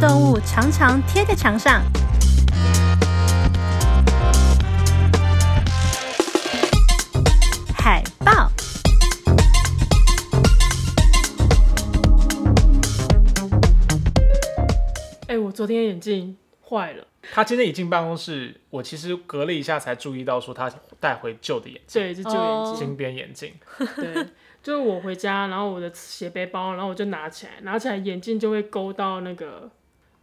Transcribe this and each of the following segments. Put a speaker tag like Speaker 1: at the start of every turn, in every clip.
Speaker 1: 动物常常贴在墙上。海报，
Speaker 2: 哎、我昨天眼镜坏了，
Speaker 3: 他今天一进办公室，我其实隔了一下才注意到，说他带回旧的眼镜，
Speaker 2: 对，是旧
Speaker 4: 哦
Speaker 2: 眼镜。
Speaker 3: 金边眼镜。
Speaker 2: 对，就是我回家，然后我的斜背包，然后我就拿起来，拿起来眼镜就会勾到那个，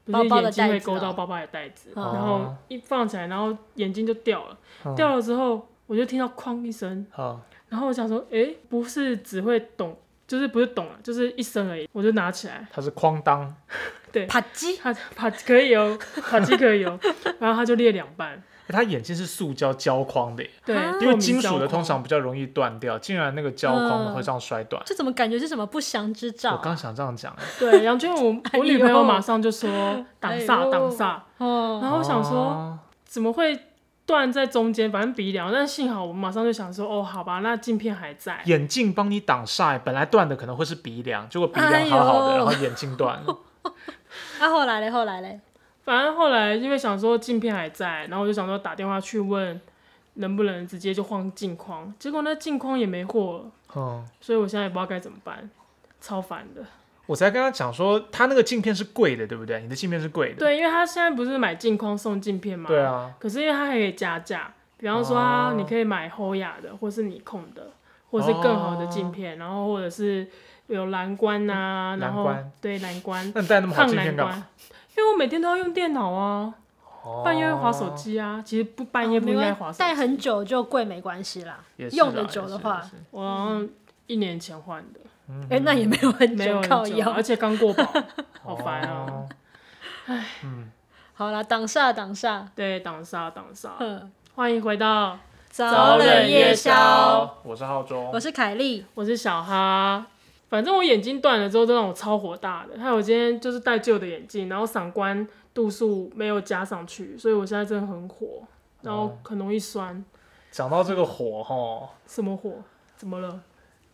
Speaker 2: 不
Speaker 4: 包
Speaker 2: 是
Speaker 4: 包的
Speaker 2: 眼镜
Speaker 4: 袋
Speaker 2: 会
Speaker 4: 子
Speaker 2: 勾
Speaker 4: 哦
Speaker 2: 到包包的袋子，
Speaker 4: 哦
Speaker 2: 然后一放起来，然后眼镜就掉了，
Speaker 3: 嗯
Speaker 2: 掉了之后我就听到哐一声，
Speaker 3: 啊，
Speaker 2: 然后我想说，哎、不是只会懂，就是不是懂了，就是一声而已，我就拿起来，
Speaker 3: 他是哐当，
Speaker 4: 啪叽，
Speaker 2: 它 它可以哦，卡机可以哦，然后它就裂两半，
Speaker 3: 欸他眼镜是塑胶胶框的耶，
Speaker 2: 对
Speaker 4: 啊，
Speaker 3: 因为
Speaker 2: 透明
Speaker 3: 金
Speaker 2: 胶
Speaker 3: 属的通
Speaker 2: 框嗯
Speaker 3: 常比较容易断掉，竟然那个胶框的会这样摔断。
Speaker 4: 这怎么感觉是什么不祥之兆
Speaker 3: 我
Speaker 4: 啊、
Speaker 3: 刚想这样讲，
Speaker 2: 对，杨娟， 我
Speaker 4: 哎呦
Speaker 2: 我女朋友马上就 说挡
Speaker 4: 哎
Speaker 2: 煞
Speaker 4: 呦
Speaker 2: 挡煞，
Speaker 4: 哦，
Speaker 2: 然后我想说
Speaker 3: 哦，
Speaker 2: 怎么会断在中间，反正鼻梁，但幸好我马上就想说，哦，好吧，那镜片还在，
Speaker 3: 眼镜帮你挡煞耶，本来断的可能会是鼻梁，结果鼻
Speaker 4: 哎
Speaker 3: 梁
Speaker 4: 呦
Speaker 3: 好好的，然后眼镜断 了。
Speaker 4: 啊，后来嘞，后来嘞，
Speaker 2: 反正后来因为想说镜片还在，然后我就想说打电话去问能不能直接就换镜框，结果那镜框也没货了，
Speaker 3: 嗯，
Speaker 2: 所以我现在也不知道该怎么办，超烦的。
Speaker 3: 我才跟他讲说，他那个镜片是贵的，对不对？你的镜片是贵的。
Speaker 2: 对，啊因为他现在不是买镜框送镜片吗？
Speaker 3: 对。啊，
Speaker 2: 可是因为它还可以加价，比方说啊，
Speaker 3: 哦
Speaker 2: 你可以买欧雅的，或是尼控的，或是更好的镜片，然后或者是有蓝光啊，
Speaker 3: 哦嗯蓝
Speaker 2: 然后
Speaker 3: 光
Speaker 2: 对蓝光、
Speaker 3: 那你带那么好
Speaker 2: 抗
Speaker 3: 镜
Speaker 2: 蓝
Speaker 3: 片干
Speaker 2: 光
Speaker 3: 嘛？，
Speaker 2: 因为我每天都要用电脑啊，
Speaker 3: 哦
Speaker 2: 半夜会划手机啊，其实不半夜
Speaker 4: 哦
Speaker 2: 不
Speaker 4: 没
Speaker 2: 应该
Speaker 4: 关
Speaker 2: 划手机，
Speaker 4: 戴很久就贵没关系啦，
Speaker 3: 也是啦
Speaker 4: 用得久的话
Speaker 3: 也是，也是
Speaker 2: 我好像一年前换的，
Speaker 4: 哎、那也没有很
Speaker 2: 没有
Speaker 4: 久
Speaker 2: 很
Speaker 4: 靠
Speaker 2: 久，
Speaker 4: 腰
Speaker 2: 而。且刚过 保，好烦啊！
Speaker 3: 哦嗯，
Speaker 4: 好啦，挡煞挡煞，
Speaker 2: 对，挡煞挡煞，
Speaker 4: 嗯，
Speaker 2: 欢迎回到，
Speaker 4: 早
Speaker 2: 冷夜
Speaker 4: 宵，
Speaker 3: 我是浩中，
Speaker 4: 我是凯莉，
Speaker 2: 我是小哈。反正我眼睛断了之后，都让我超火大的。还有我今天就是戴旧的眼镜，然后散光度数没有加上去，所以我现在真的很火，然后很容易酸。
Speaker 3: 讲到这个火吼，
Speaker 2: 什么火？怎么了？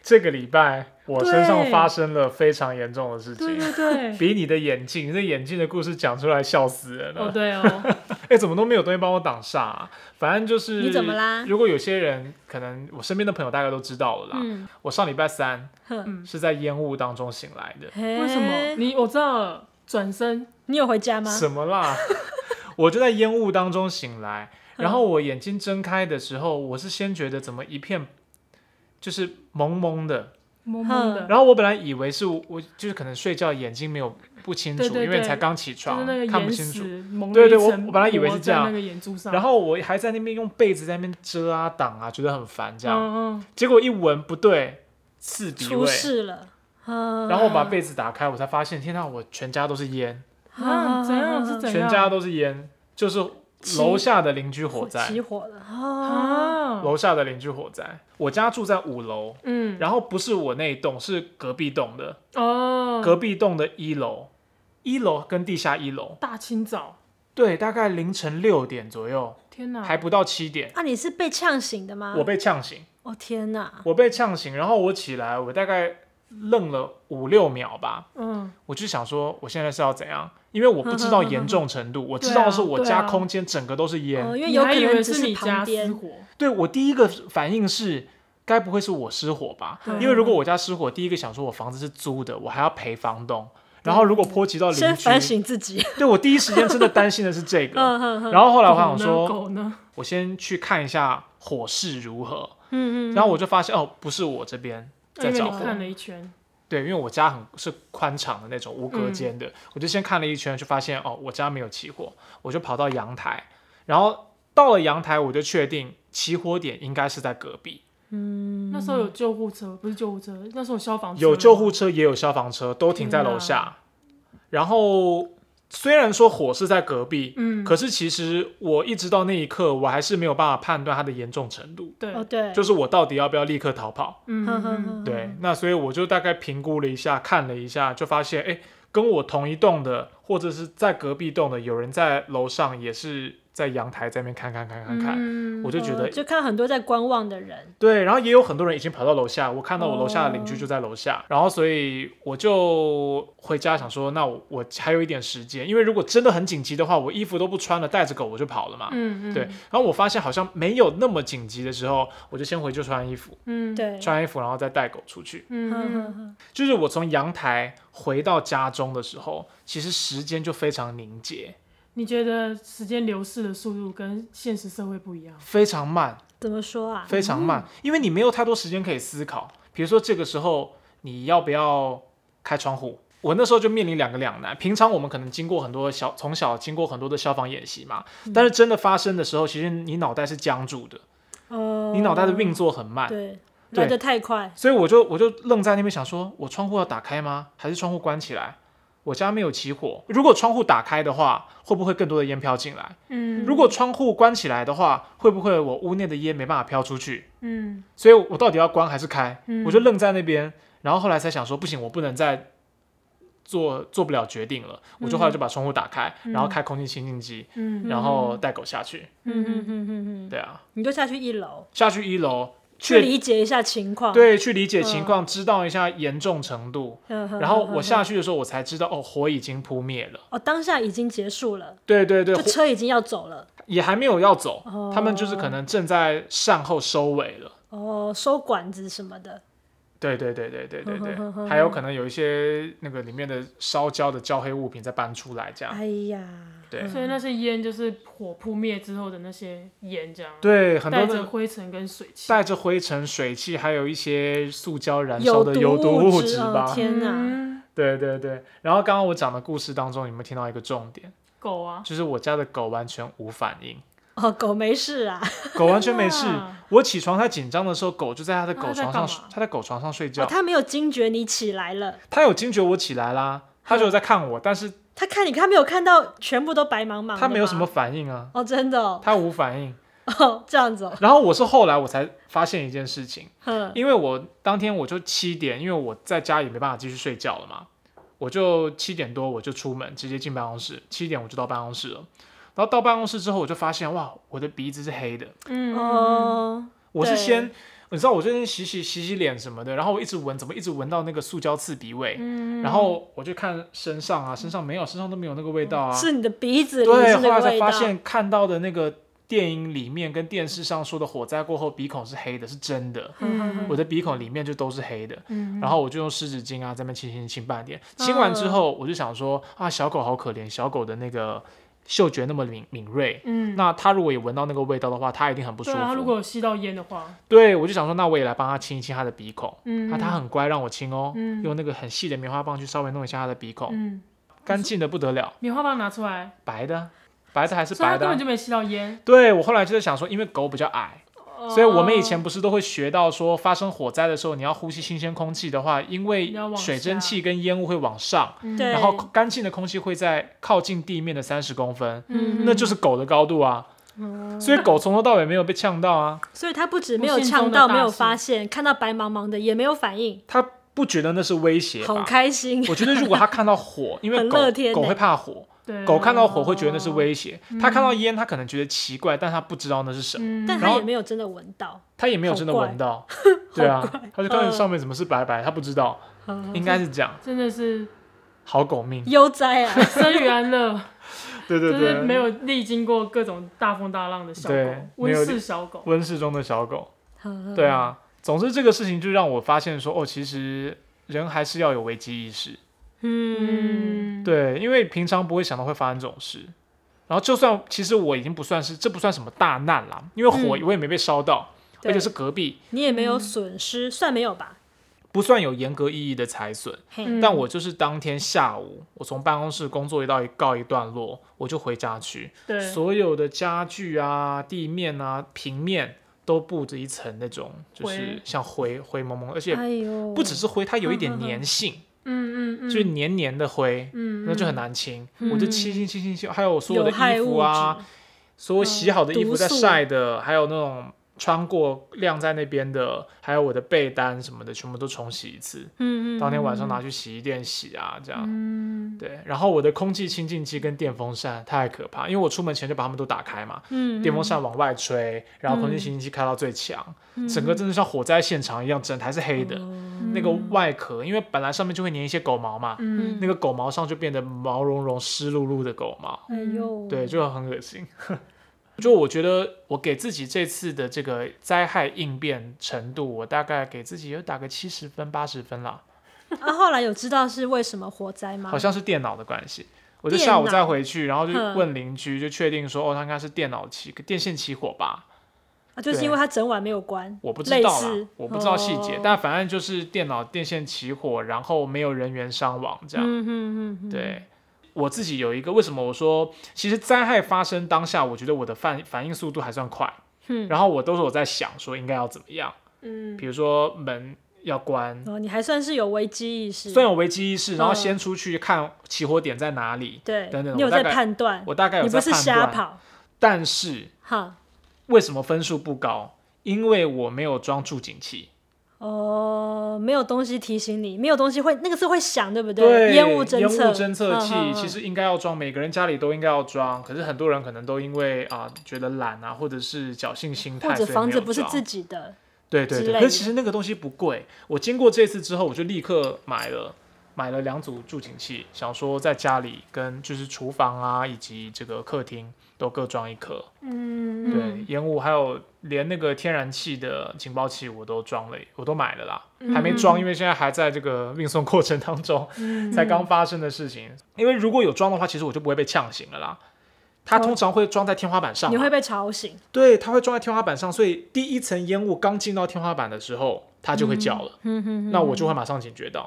Speaker 3: 这个礼拜我
Speaker 2: 对
Speaker 3: 身上发生了非常严重的事
Speaker 2: 对
Speaker 3: 情，
Speaker 2: 对对，
Speaker 3: 比你的眼镜，这眼镜的故事讲出来笑死人
Speaker 2: 哦
Speaker 3: 了。
Speaker 2: 对哦，
Speaker 3: 哎、怎么都没有东西帮我挡煞、啊？反正就是
Speaker 4: 你怎么啦
Speaker 3: 如果有些人可能我身边的朋友大概都知道了啦。
Speaker 4: 嗯，
Speaker 3: 我上礼拜三
Speaker 4: 哼，
Speaker 3: 是在烟雾当中醒来的，
Speaker 4: 为
Speaker 2: 为什么？你我知道了，转身
Speaker 4: 你有回家吗？
Speaker 3: 什么啦？ 我就在烟雾当中醒来，
Speaker 2: 嗯
Speaker 3: 然后我眼睛睁开的时候，我是先觉得怎么一片就是蒙蒙的，
Speaker 2: 懵懵的，
Speaker 3: 然后我本来以为是我我就是可能睡觉眼睛没有不清楚，
Speaker 2: 对对
Speaker 3: 因为
Speaker 2: 对
Speaker 3: 才刚起
Speaker 2: 就
Speaker 3: 床，
Speaker 2: 是那个
Speaker 3: 看不
Speaker 2: 眼
Speaker 3: 清楚。
Speaker 2: 屎蒙
Speaker 3: 对
Speaker 2: 了
Speaker 3: 对
Speaker 2: 一
Speaker 3: 我
Speaker 2: 层
Speaker 3: 我本来以为是
Speaker 2: 膜
Speaker 3: 这样
Speaker 2: 在那个眼珠上，
Speaker 3: 然后我还在那边用被子在那边遮啊挡啊，觉得很烦这样。
Speaker 2: 嗯嗯，
Speaker 3: 结果一闻不对，刺鼻
Speaker 4: 出
Speaker 3: 味。
Speaker 4: 事了，嗯，
Speaker 3: 然后我把被子打开，我才发现，天呐，我全家都是烟，
Speaker 2: 啊怎样是怎
Speaker 3: 全
Speaker 2: 样？
Speaker 3: 家都是烟，就是
Speaker 4: 起
Speaker 3: 楼下的邻居火灾
Speaker 4: 起，火了啊！
Speaker 2: 啊，
Speaker 3: 楼下的邻居火灾。我家住在五楼，
Speaker 2: 嗯
Speaker 3: 然后不是我那一栋，是隔壁栋的，
Speaker 2: 哦，
Speaker 3: 隔壁栋的一楼，一楼跟地下一楼。
Speaker 2: 大清早，
Speaker 3: 对，大概凌晨六点左右，
Speaker 2: 天哪，
Speaker 3: 还不到七点，
Speaker 4: 啊，你是被呛醒的吗？
Speaker 3: 我被呛醒，
Speaker 4: 哦天哪！
Speaker 3: 我被呛醒，然后我起来，我大概愣了五六秒吧，
Speaker 2: 嗯，
Speaker 3: 我就想说我现在是要怎样，因为我不知道严重程度，我知道是我家空间整个都是烟，
Speaker 4: 哦，因为
Speaker 2: 你
Speaker 4: 有
Speaker 2: 还
Speaker 4: 可
Speaker 2: 以为
Speaker 4: 能只
Speaker 2: 是你
Speaker 4: 旁
Speaker 2: 家失
Speaker 4: 边，
Speaker 2: 火，
Speaker 3: 对我第一个反应是。该不会是我失火吧？
Speaker 2: 对
Speaker 3: 因为如果我家失火，第一个想说我房子是租的，我还要赔房东，然后如果波及到邻
Speaker 4: 先反
Speaker 3: 居，
Speaker 4: 省 自己。
Speaker 3: 对我第一时间真的担心的是 这个。
Speaker 4: 嗯嗯嗯
Speaker 3: 然后后来我还
Speaker 2: 狗
Speaker 3: 想
Speaker 2: 呢
Speaker 3: 说，
Speaker 2: 狗呢？
Speaker 3: 我先去看一下火势如何，
Speaker 4: 嗯嗯，
Speaker 3: 然后我就发现哦，不是我这边
Speaker 2: 那
Speaker 3: 在
Speaker 2: 哦因为
Speaker 3: 着
Speaker 2: 你
Speaker 3: 火，
Speaker 2: 看了一
Speaker 4: 嗯
Speaker 2: 圈，
Speaker 3: 对，因为我家很是宽敞的那种无隔间
Speaker 2: 嗯
Speaker 3: 的，我就先看了一圈，就发现哦，我家没有起火，我就跑到阳台，然后到了阳台，我就确定起火点应该是在隔壁，
Speaker 4: 嗯
Speaker 2: 那时候有救护车，不是救护车，那时候有消防车，
Speaker 3: 有救护，车也有消防车，都停在楼
Speaker 2: 天
Speaker 3: 下。然后虽然说火是在隔壁，
Speaker 2: 嗯，
Speaker 3: 可是其实我一直到那一刻，我还是没有办法判断它的严重程度，
Speaker 2: 对，
Speaker 4: 哦对，
Speaker 3: 就是我到底要不要立刻逃跑。
Speaker 2: 嗯
Speaker 4: 哼哼
Speaker 2: 嗯，
Speaker 4: 哼
Speaker 3: 对，那所以我就大概评估了一下，看了一下，就发现，哎，跟我同一栋的，或者是在隔壁栋的，有人在楼上也是在阳台在那边看看看看看，
Speaker 2: 嗯
Speaker 3: 我就觉
Speaker 4: 哦
Speaker 3: 得
Speaker 4: 就看很多在观望的人，
Speaker 3: 对，然后也有很多人已经跑到楼下，我看到我楼下的邻居就在楼下，然后所以我就回家想说，那我我还有一点时间，因为如果真的很紧急的话，我衣服都不穿了，带着狗我就跑了嘛。
Speaker 2: 嗯嗯
Speaker 3: 对，然后我发现好像没有那么紧急的时候，我就先回去穿衣服，
Speaker 2: 嗯
Speaker 4: 对，
Speaker 3: 穿衣服然后再带狗出去。
Speaker 2: 嗯
Speaker 4: 哼哼
Speaker 2: 嗯
Speaker 4: 哼
Speaker 3: 就是我从阳台回到家中的时候，其实时间就非常凝结，
Speaker 2: 你觉得时间流逝的速度跟现实社会不一样？
Speaker 3: 非常慢，
Speaker 4: 怎么说啊？
Speaker 3: 非常慢，因为你没有太多时间可以思考。比如说这个时候你要不要开窗户？我那时候就面临两个两难。平常我们可能经过很多小，从小经过很多的消防演习嘛，
Speaker 4: 嗯
Speaker 3: 但是真的发生的时候，其实你脑袋是僵住的，
Speaker 4: 哦，
Speaker 3: 你脑袋的运作很慢。
Speaker 4: 对
Speaker 3: 对
Speaker 4: 来得太快，
Speaker 3: 所以我就我就愣在那边想说，我窗户要打开吗？还是窗户关起来？我家没有起火，如果窗户打开的话，会不会更多的烟飘进来？
Speaker 2: 嗯
Speaker 3: 如果窗户关起来的话，会不会我屋内的烟没办法飘出去？
Speaker 2: 嗯
Speaker 3: 所以我到底要关还是开？
Speaker 2: 嗯
Speaker 3: 我就愣在那边，然后后来才想说，不行，我不能再做做不了决定了。我就后来就把窗户打开，然后开空气清净机，
Speaker 2: 嗯
Speaker 3: 然后带狗下去。
Speaker 4: 嗯哼哼哼哼，
Speaker 3: 对啊，
Speaker 4: 你就下去一楼
Speaker 3: 下去一楼
Speaker 4: 去
Speaker 3: 确
Speaker 4: 理解嗯一下情况，，
Speaker 3: 对去理解情况，知道一下严重程度。然
Speaker 4: 然
Speaker 3: 后我下去的时候，我才知道哦，火已经扑灭了。
Speaker 4: 哦，当下已经结束了，
Speaker 3: 对对对，
Speaker 4: 就
Speaker 3: 火
Speaker 4: 车已经要走了，
Speaker 3: 也还没有要走，
Speaker 4: 哦
Speaker 3: 他们就是可能正在善后收尾了。
Speaker 4: 哦，收管子什么的，
Speaker 3: 对对对对对对
Speaker 4: 哼哼
Speaker 3: 对，
Speaker 4: 哼
Speaker 3: 还有可能有一些那个里面的烧焦的焦黑物品再搬出来，这样
Speaker 4: 哎呀，
Speaker 3: 啊对
Speaker 2: 所以那些烟就是火扑灭之后的那些烟，这样，
Speaker 3: 对很多
Speaker 2: 带着
Speaker 3: 的
Speaker 2: 灰尘跟水汽，
Speaker 3: 带着灰尘、水汽，还有一些塑胶燃烧
Speaker 4: 有
Speaker 3: 的有毒
Speaker 4: 物
Speaker 3: 质
Speaker 4: 哦
Speaker 3: 吧。
Speaker 4: 天哪，
Speaker 2: 嗯
Speaker 3: 对对对。然后刚刚我讲的故事当中，你们听到一个重点，
Speaker 2: 狗啊，
Speaker 3: 就是我家的狗完全无反应，
Speaker 4: 哦，狗没事啊，
Speaker 3: 狗完全没事
Speaker 2: 天哪。
Speaker 3: 我起床它紧张的时候，狗就在它的
Speaker 2: 那
Speaker 3: 狗
Speaker 2: 它在
Speaker 3: 床
Speaker 2: 干
Speaker 3: 上
Speaker 2: 嘛，
Speaker 3: 它在狗床上睡
Speaker 4: 哦
Speaker 3: 觉。
Speaker 4: 它没有惊觉你起来了，
Speaker 3: 它有惊觉我起来啦，它就有在看我，但是
Speaker 4: 它看你，它没有看到全部都白茫茫的吗，
Speaker 3: 它没有什么反应啊，
Speaker 4: 哦，真的哦，
Speaker 3: 它无反应。
Speaker 4: 哦，这样子哦，
Speaker 3: 然后我是后来我才发现一件事情，
Speaker 2: 嗯
Speaker 4: 哼，
Speaker 3: 因为我当天我就七点，因为我在家也没办法继续睡觉了嘛，我就七点多我就出门，直接进办公室，七点我就到办公室了。然后到办公室之后，我就发现哇，我的鼻子是黑的。
Speaker 2: 嗯，
Speaker 4: 哦，
Speaker 3: 我是
Speaker 4: 对
Speaker 3: 先，你知道我最近洗洗洗洗脸什么的，然后我一直闻，怎么一直闻到那个塑胶刺鼻味？
Speaker 2: 嗯，
Speaker 3: 然后我就看身上啊，身上没有，身上都没有那个味道啊。
Speaker 4: 是你的鼻子里
Speaker 3: 对，
Speaker 4: 是
Speaker 3: 后
Speaker 4: 那
Speaker 3: 来
Speaker 4: 个
Speaker 3: 才
Speaker 4: 味道
Speaker 3: 发，现看到的那个电影里面跟电视上说的火灾过后鼻孔是黑的，是真的。
Speaker 2: 嗯
Speaker 3: 我的鼻孔里面就都是黑的，
Speaker 2: 嗯，
Speaker 3: 然后我就用湿纸巾啊，在那边清清清半点，清完之后，我就想说啊，小狗好可怜，小狗的那个嗅觉那么敏敏锐，
Speaker 2: 嗯，
Speaker 3: 那它如果也闻到那个味道的话，它一定很不舒
Speaker 2: 对啊，它如
Speaker 3: 服。
Speaker 2: 果有吸到烟的话，
Speaker 3: 对，我就想说，那我也来帮它清一清它的鼻孔。
Speaker 2: 嗯，
Speaker 3: 啊，它很乖，让我清哦，
Speaker 2: 嗯
Speaker 3: 用那个很细的棉花棒去稍微弄一下它的鼻孔，
Speaker 2: 嗯，
Speaker 3: 干净的不得了，
Speaker 2: 棉花棒拿出来，
Speaker 3: 白的，啊白的还是
Speaker 2: 所以它
Speaker 3: 白
Speaker 2: 根
Speaker 3: 的
Speaker 2: 本
Speaker 3: 啊。
Speaker 2: 就没吸到烟，
Speaker 3: 对我后来就是想说，因为狗比较矮，所以我们以前
Speaker 2: 哦
Speaker 3: 不是都会学到说，发生火灾的时候，你要呼吸新鲜空气的话，因为
Speaker 2: 要往
Speaker 3: 水蒸
Speaker 2: 下
Speaker 3: 气跟烟雾会往上，
Speaker 2: 嗯
Speaker 4: 对
Speaker 3: 然后干净的空气会在靠近地面的三十公分，
Speaker 2: 嗯
Speaker 3: 那就是狗的高度啊。
Speaker 4: 哦
Speaker 3: 所以狗从头到尾没有被呛到啊，
Speaker 4: 所以它不止没
Speaker 2: 不
Speaker 4: 有
Speaker 2: 幸
Speaker 4: 呛
Speaker 2: 中的
Speaker 4: 到，
Speaker 2: 大
Speaker 4: 没有
Speaker 2: 幸
Speaker 4: 发现，看到白茫茫的也没有反应，
Speaker 3: 它不觉得那是威胁
Speaker 4: 好
Speaker 3: 吧？
Speaker 4: 开心，
Speaker 3: 我觉得如果它看到火，因 为
Speaker 4: 很
Speaker 3: 狗
Speaker 4: 乐天欸嗯
Speaker 3: 狗
Speaker 4: 呢
Speaker 3: 会怕火，
Speaker 2: 对，啊
Speaker 3: 狗看到火会觉得那是威胁，它看到烟它可能觉得奇怪，但它不知道那是什么，
Speaker 2: 嗯，
Speaker 4: 但
Speaker 3: 然
Speaker 4: 它
Speaker 3: 后
Speaker 4: 也没有真的闻到，
Speaker 3: 它也没有真的 闻到，对啊，它就看到上面怎么是白白，它不知道，
Speaker 2: 嗯
Speaker 3: 应该是这样，
Speaker 2: 真的是
Speaker 3: 好狗命。
Speaker 4: 悠哉啊，
Speaker 2: 生于安乐。
Speaker 3: 对对
Speaker 2: 就
Speaker 3: 对，
Speaker 2: 是没有历经过各种大风大浪的小狗
Speaker 3: 对，
Speaker 2: 温
Speaker 3: 没有
Speaker 2: 室小狗。
Speaker 3: 温室中的小狗。 对啊，总之这个事情就让我发现说，哦，其实人还是要有危机意识。
Speaker 4: 嗯，
Speaker 2: 嗯，
Speaker 3: 对，因为平常不会想到会发生这种事。然后就算其实我已经不算是这不算什么大难啦，因为
Speaker 2: 嗯
Speaker 3: 火我也没被烧到，而且
Speaker 4: 对
Speaker 3: 是隔壁，
Speaker 4: 你也没有损
Speaker 2: 嗯
Speaker 4: 失，算没有吧？
Speaker 3: 不算有严格意义的财损。
Speaker 4: 嘿，
Speaker 2: 嗯
Speaker 3: 但我就是当天下午，我从办公室工作一到一告一段落，我就回家去，
Speaker 2: 对，
Speaker 3: 所有的家具啊、地面啊、平面都布着一层那种，就是
Speaker 2: 灰
Speaker 3: 像灰灰蒙蒙，而且
Speaker 4: 哎呦，
Speaker 3: 不只是灰，它有一点
Speaker 4: 嗯嗯嗯
Speaker 3: 粘性，
Speaker 2: 嗯嗯嗯，
Speaker 3: 就是黏黏的灰，
Speaker 2: 嗯，
Speaker 3: 那就很
Speaker 2: 嗯。
Speaker 3: 难清。
Speaker 2: 嗯
Speaker 3: 我就清清清清清，还有所有
Speaker 4: 有
Speaker 3: 的
Speaker 4: 害
Speaker 3: 衣服
Speaker 4: 物
Speaker 3: 啊，
Speaker 4: 质，
Speaker 3: 所有洗好的衣服
Speaker 4: 毒
Speaker 3: 在
Speaker 4: 素
Speaker 3: 晒的，还有那种穿过晾在那边的，还有我的被单什么的，全部都重洗一次。
Speaker 4: 嗯嗯，嗯
Speaker 3: 当天晚上拿去洗衣店洗啊，这样。
Speaker 2: 嗯
Speaker 3: 对，然后我的空气清净机跟电风扇太可怕，因为我出门前就把它们都打开嘛，
Speaker 4: 嗯
Speaker 3: 电风扇往外吹，然后空气清净机开到最强，
Speaker 4: 嗯
Speaker 3: 整个真的像火灾现场一样，整台是黑的。
Speaker 4: 哦
Speaker 3: 那个外壳，因为本来上面就会粘一些狗毛嘛，
Speaker 2: 嗯
Speaker 3: 那个狗毛上就变得毛茸茸、湿漉漉的狗毛，
Speaker 4: 哎呦，
Speaker 3: 对，就很恶心。 就我觉得我给自己这次的这个灾害应变程度，我大概给自己有打个七十分、八十分啦，
Speaker 4: 啊，后来有知道是为什么火灾吗？
Speaker 3: 好像是电脑的关系。我就
Speaker 4: 电
Speaker 3: 下午再
Speaker 4: 脑
Speaker 3: 回去，然后就
Speaker 4: 哼
Speaker 3: 问邻居，就确定说，哦，他应该是电脑起电线起火吧？
Speaker 4: 啊，就是因为它整晚没有关，
Speaker 3: 我不知
Speaker 4: 类
Speaker 3: 道啦
Speaker 4: 似，
Speaker 3: 我不知道细节，
Speaker 4: 哦
Speaker 3: 但反正就是电脑电线起火，然后没有人员伤亡这样。
Speaker 4: 嗯嗯嗯，
Speaker 3: 啊对，我自己有一个，为什么我说，其实灾害发生当下，我觉得我的反反应速度还算快，
Speaker 4: 嗯
Speaker 3: 然后我都是我在想说应该要怎么样，
Speaker 2: 嗯
Speaker 3: 比如说门要关，
Speaker 4: 哦，你还算是有危机意识，
Speaker 3: 虽然有危机意识，然后
Speaker 4: 嗯
Speaker 3: 先出去看起火点在哪里，
Speaker 4: 对，
Speaker 3: 等等
Speaker 4: 你有
Speaker 3: 我大
Speaker 4: 在
Speaker 3: 概
Speaker 4: 判断，
Speaker 3: 我大概有
Speaker 4: 你
Speaker 3: 在
Speaker 4: 不是
Speaker 3: 判
Speaker 4: 瞎
Speaker 3: 断，
Speaker 4: 跑，
Speaker 3: 但是
Speaker 4: 哈，
Speaker 3: 为什么分数不高？因为我没有装助警器，
Speaker 4: 哦，没有东西提醒你，没有东西会那个是会响，对不烟雾侦
Speaker 3: 烟雾
Speaker 4: 测，
Speaker 3: 侦测
Speaker 4: 嗯
Speaker 3: 器
Speaker 4: 嗯嗯
Speaker 3: 其实应该要装，每个人家里都应该要装。可是很多人可能都因为啊、觉得懒啊，或者是侥幸心态，
Speaker 4: 嗯或者
Speaker 3: 所以
Speaker 4: 房
Speaker 3: 没
Speaker 4: 子
Speaker 3: 有
Speaker 4: 不是
Speaker 3: 装
Speaker 4: 自己的，
Speaker 3: 对对
Speaker 4: 之
Speaker 3: 对，
Speaker 4: 类
Speaker 3: 可
Speaker 4: 的
Speaker 3: 是其实那个东西不贵。我经过这次之后，我就立刻买了买了两组助警器，想说在家里跟就是厨房啊以及这个客厅都各装一颗。
Speaker 2: 嗯
Speaker 3: 对，烟雾还有连那个天然气的警报器我都装了，我都买了啦，
Speaker 4: 嗯
Speaker 3: 还没装，因为现在还在这个运送过程当中，
Speaker 4: 嗯
Speaker 3: 才刚发生的事情。因为如果有装的话，其实我就不会被呛醒了啦。它通常会装在天花板上嘛，
Speaker 4: 哦你会被吵醒，
Speaker 3: 对，它会装在天花板上，所以第一层烟雾刚进到天花板的时候，它就会叫了。
Speaker 4: 嗯
Speaker 3: 那我就会马上警觉到。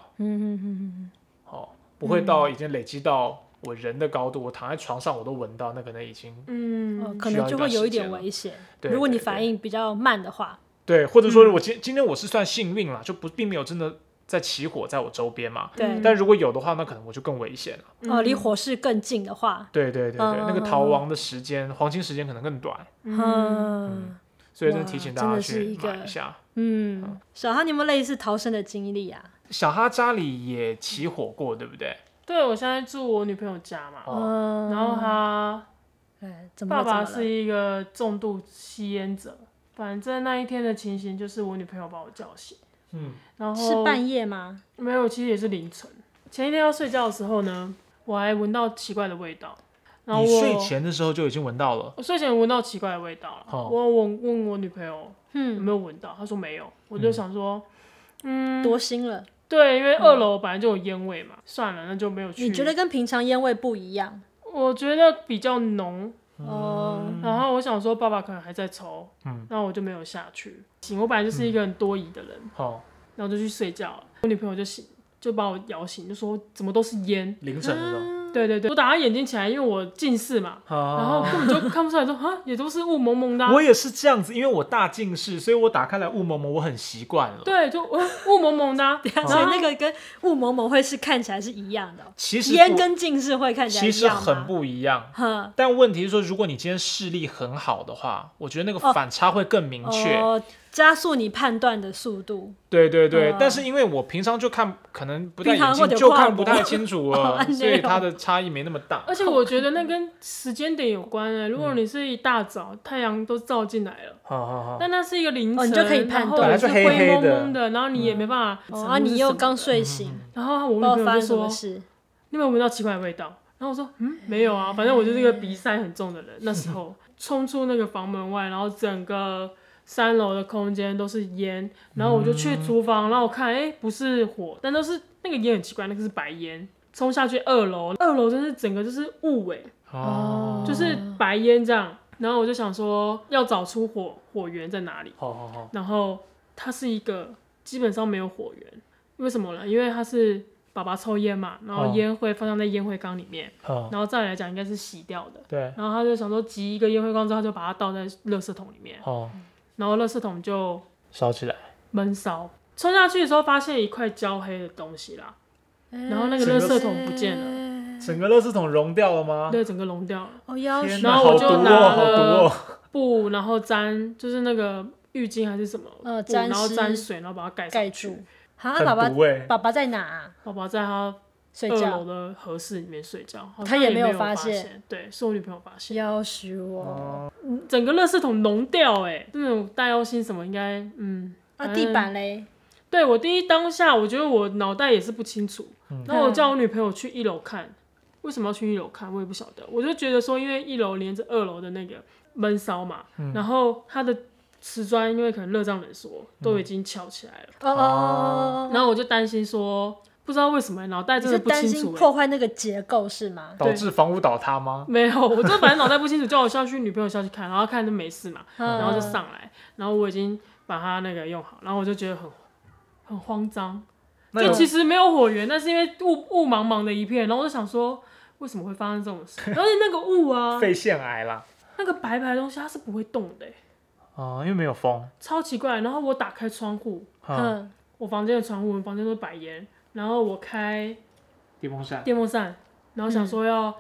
Speaker 3: 哦，不会
Speaker 4: 嗯
Speaker 3: 到已经累积到我人的高度，我躺在床上我都闻到，那可能已经
Speaker 4: 哦，
Speaker 2: 嗯
Speaker 4: 可
Speaker 3: 需
Speaker 4: 能
Speaker 3: 要一
Speaker 4: 就
Speaker 3: 段
Speaker 4: 会有
Speaker 3: 时
Speaker 4: 一点
Speaker 3: 间了
Speaker 4: 危险。
Speaker 3: 对
Speaker 4: 如果
Speaker 3: 对
Speaker 4: 你
Speaker 3: 对
Speaker 4: 反应比较慢的话，
Speaker 3: 对，或者
Speaker 4: 嗯
Speaker 3: 说我今今天我是算幸运啦，就不并没有真的在起火在我周边嘛。
Speaker 4: 对
Speaker 2: 嗯，
Speaker 3: 但如果有的话，那可能我就更危险了。
Speaker 4: 哦，离火势更近的话，
Speaker 3: 对对对对，
Speaker 4: 嗯
Speaker 3: 那个
Speaker 4: 嗯
Speaker 3: 逃
Speaker 4: 嗯
Speaker 3: 亡的时间、黄金时间可能更短，
Speaker 4: 嗯
Speaker 3: 所以真的
Speaker 4: 哇
Speaker 3: 提醒
Speaker 4: 真
Speaker 3: 大家
Speaker 4: 的是
Speaker 3: 去
Speaker 4: 一
Speaker 3: 买
Speaker 4: 个
Speaker 3: 一下。
Speaker 4: 嗯，小哈，你有没有类似逃生的经历啊？
Speaker 3: 小哈家里也起火过，对不对？
Speaker 2: 对我现在住我女朋友家嘛，
Speaker 3: 哦
Speaker 4: 嗯，
Speaker 2: 然后她
Speaker 4: 哎，怎么
Speaker 2: 爸
Speaker 4: 了？
Speaker 2: 爸
Speaker 4: 怎么
Speaker 2: 是
Speaker 4: 了
Speaker 2: 一个重度吸烟者，反正那一天的情形就是我女朋友把我叫醒，
Speaker 3: 嗯，
Speaker 2: 然后
Speaker 4: 是半夜吗？
Speaker 2: 没有，其实也是凌晨。前一天要睡觉的时候呢，我还闻到奇怪的味道，然后
Speaker 3: 你
Speaker 2: 我
Speaker 3: 睡前的时候就已经闻到了。
Speaker 2: 我睡前闻到奇怪的味道了，
Speaker 3: 哦
Speaker 2: 我我问我女朋友有
Speaker 4: 嗯，
Speaker 2: 没有闻到，她说没有，我就想说，嗯，
Speaker 4: 多心了。
Speaker 2: 对，因为二楼本来就有烟味嘛，算了，那就没有去。
Speaker 4: 你觉得？跟平常烟味不一样？
Speaker 2: 我觉得比较浓，
Speaker 4: 哦，
Speaker 2: 然后我想说爸爸可能还在抽，
Speaker 3: 嗯，
Speaker 2: 那我就没有下去。醒，我本来就是一个很多疑的人，
Speaker 3: 哦，
Speaker 2: 然后就去睡觉了。我女朋友就醒，就把我摇醒，就说怎么都是烟。
Speaker 3: 凌晨的时
Speaker 4: 嗯
Speaker 3: 候。
Speaker 2: 对对对，我打开眼睛起来，因为我近视嘛，然后
Speaker 4: 哦
Speaker 2: 根本就看不出来说，哈，也都是雾蒙蒙的啊、
Speaker 3: 我也是这样子，因为我大近视，所以我打开来雾蒙蒙，我很习惯了。
Speaker 2: 对，就呃雾蒙蒙的 啊、
Speaker 4: 对啊，所以那个跟雾蒙蒙会是看起来是一样的哦，
Speaker 3: 其实
Speaker 4: 烟
Speaker 3: 不
Speaker 4: 跟近视会看起来
Speaker 3: 其
Speaker 4: 一
Speaker 3: 实
Speaker 4: 样吗
Speaker 3: 很，不一样。
Speaker 4: 哼，
Speaker 3: 但问题是说，如果你今天视力很好的话，我觉得那个
Speaker 4: 哦
Speaker 3: 反差会更明确。
Speaker 4: 哦，加速你判断的速度。
Speaker 3: 对对对，
Speaker 4: 嗯
Speaker 3: 但是因为我平常就看，可能不戴
Speaker 4: 平常
Speaker 3: 眼镜
Speaker 4: 或者
Speaker 3: 就
Speaker 4: 跨
Speaker 3: 看不
Speaker 4: 膜
Speaker 3: 太清楚
Speaker 4: 哦
Speaker 3: 了，
Speaker 4: 那
Speaker 3: 所以
Speaker 4: 种
Speaker 3: 它的差异没那么大。
Speaker 2: 而且我觉得那跟时间点有关诶、如果
Speaker 4: 嗯
Speaker 2: 你是一大早太阳都照进来了，
Speaker 3: 好好好，
Speaker 2: 但那是一个凌晨，
Speaker 4: 哦你就可以判
Speaker 2: 然后
Speaker 4: 断
Speaker 2: 也是
Speaker 3: 本来就黑黑
Speaker 2: 灰蒙
Speaker 3: 的
Speaker 2: 蒙的，然后你也没办法查
Speaker 4: 哦，
Speaker 2: 是
Speaker 4: 啊，你
Speaker 2: 什
Speaker 4: 又
Speaker 2: 么嗯
Speaker 4: 刚睡醒，
Speaker 2: 然后我
Speaker 4: 不
Speaker 2: 女
Speaker 4: 知道
Speaker 2: 朋友
Speaker 4: 发
Speaker 2: 就
Speaker 4: 生什
Speaker 2: 说
Speaker 4: 么事。
Speaker 2: 你有没有闻到奇怪的味道？然后我说嗯没有啊，反正我就是一个鼻塞很重的人。那时候冲出那个房门外，然后整个三楼的空间都是烟，然后我就去厨房，然后我看哎不是火，但都是那个烟很奇怪，那个是白烟。冲下去二楼，二楼真是整个就是雾哎、
Speaker 3: 哦，
Speaker 2: 就是白烟这样。然后我就想说要找出火火源在哪里，
Speaker 3: 好好好，
Speaker 2: 然后它是一个基本上没有火源，为什么呢？因为它是爸爸抽烟嘛，然
Speaker 3: 哦
Speaker 2: 后烟灰放在烟灰缸里面，
Speaker 3: 好，
Speaker 2: 然后照理来讲应该是洗掉的，
Speaker 3: 对，
Speaker 2: 然后他就想说集一个烟灰缸之后，他就把它倒在垃圾桶里面，
Speaker 3: 好，
Speaker 2: 然后垃圾桶就
Speaker 3: 烧起来，
Speaker 2: 闷烧。冲下去的时候发现一块焦黑的东西啦，然后那个
Speaker 3: 整
Speaker 2: 垃
Speaker 3: 个
Speaker 2: 圾桶
Speaker 4: 哦
Speaker 2: 不见了，
Speaker 3: 整个垃圾桶融掉了吗？
Speaker 2: 对，整个融掉了。
Speaker 4: 哦，要
Speaker 3: 天
Speaker 4: 死
Speaker 3: 哪
Speaker 2: 然后
Speaker 3: 好
Speaker 2: 我就
Speaker 3: 毒哦
Speaker 2: 拿
Speaker 3: 好毒
Speaker 2: 了
Speaker 3: 哦
Speaker 2: 布，然后沾就是那个浴巾还是什么
Speaker 4: 呃
Speaker 2: 布
Speaker 4: 沾
Speaker 2: 然后
Speaker 4: 湿
Speaker 2: 沾水，然后把它盖
Speaker 4: 盖
Speaker 2: 上去
Speaker 4: 住。哈，
Speaker 3: 很欸
Speaker 4: 爸爸
Speaker 3: 不味
Speaker 4: 爸爸在哪啊？
Speaker 2: 爸爸在他
Speaker 4: 睡
Speaker 2: 二
Speaker 4: 觉哦
Speaker 2: 楼。的和室里面睡觉，好像
Speaker 4: 他也
Speaker 2: 也
Speaker 4: 没有
Speaker 2: 有
Speaker 4: 发现
Speaker 2: 现。对，是我女朋友发现，
Speaker 4: 要死
Speaker 2: 哦
Speaker 4: 我！
Speaker 2: 整个垃圾桶浓掉哎、欸，那种大腰心什么应该嗯。
Speaker 4: 啊，
Speaker 2: 反
Speaker 4: 地
Speaker 2: 正
Speaker 4: 板嘞，
Speaker 2: 对我第一当下，我觉得我脑袋也是不清楚，然
Speaker 4: 嗯
Speaker 2: 后我叫我女朋友去一楼看，为什么要去一楼看，我也不晓得。我就觉得说，因为一楼连着二楼的那个闷烧嘛，然后它的瓷砖因为可能热胀冷缩，都已经翘起来了，
Speaker 4: 哦哦哦哦哦，
Speaker 2: 然后我就担心说，不知道为什么欸脑袋
Speaker 4: 你
Speaker 2: 真
Speaker 4: 是
Speaker 2: 的不
Speaker 4: 担
Speaker 2: 清
Speaker 4: 心
Speaker 2: 楚、欸
Speaker 4: 破坏那个结构是吗？
Speaker 3: 导致房屋倒塌 吗？
Speaker 2: 没有，我就反正脑袋不清楚，叫我下去女朋友下去看，然后看都没事嘛，
Speaker 3: 嗯
Speaker 2: 然后就上来，然后我已经把它那个用好，然后我就觉得很很慌张，
Speaker 3: 那
Speaker 2: 就
Speaker 3: 有
Speaker 2: 其实没有火源，但是因为雾雾茫茫的一片，然后我就想说，为什么会发生这种 事？而且那个雾啊，
Speaker 3: 肺腺癌啦，
Speaker 2: 那个白白的东西它是不会动的欸、
Speaker 3: 哦，因为没有风，
Speaker 2: 超奇怪。然后我打开窗户，
Speaker 3: 嗯，
Speaker 4: 嗯，
Speaker 2: 我房间的窗户，我们房间都是百烟，然后我开
Speaker 3: 电风扇，
Speaker 2: 电风扇，然后想
Speaker 3: 嗯
Speaker 2: 说要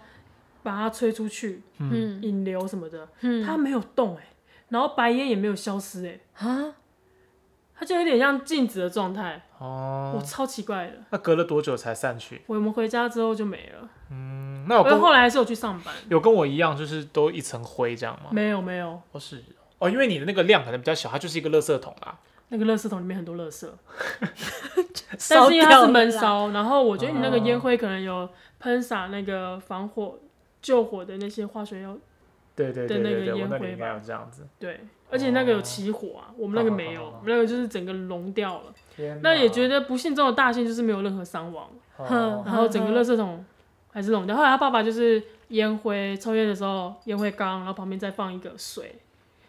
Speaker 2: 把它吹出去，
Speaker 4: 嗯
Speaker 2: 引流什么的，
Speaker 4: 嗯
Speaker 2: 它没有动哎、然后白烟也没有消失哎、
Speaker 4: 啊，
Speaker 2: 它就有点像静止的状态，我
Speaker 3: 哦，
Speaker 2: 超奇怪的。
Speaker 3: 那隔了多久才散去？
Speaker 2: 我们回家之后就没了，
Speaker 3: 嗯，那有
Speaker 2: 而
Speaker 3: 跟
Speaker 2: 后来还是有去上班，
Speaker 3: 有跟我一样，就是都一层灰这样吗？
Speaker 2: 没有没有。
Speaker 3: 哦，是哦，因为你的那个量可能比较小，它就是一个垃圾桶啊啦。
Speaker 2: 那个垃圾桶里面很多垃圾，但
Speaker 4: 烧
Speaker 2: 是因为它
Speaker 4: 掉
Speaker 2: 是闷
Speaker 4: 了啦，
Speaker 2: 烧，然后我觉得你那个烟灰可能有喷洒那个防火、救火的那些化学药，
Speaker 3: 对对
Speaker 2: 对
Speaker 3: 对
Speaker 2: 那个
Speaker 3: 对对，我
Speaker 2: 烟
Speaker 3: 那
Speaker 2: 灰
Speaker 3: 里应该
Speaker 2: 吧
Speaker 3: 有这样子。
Speaker 2: 对，而且那个有起火啊，我们那个没有，
Speaker 3: 好好好好
Speaker 2: 我们那个就是整个融掉了。
Speaker 3: 天
Speaker 2: 那也觉
Speaker 3: 得，
Speaker 2: 得不幸中的大幸就是没有任何伤亡，
Speaker 3: 哦
Speaker 2: 然后整个垃圾桶还是融掉。后来他爸爸就是烟灰，抽烟的时候烟灰缸，然后旁边再放一个水，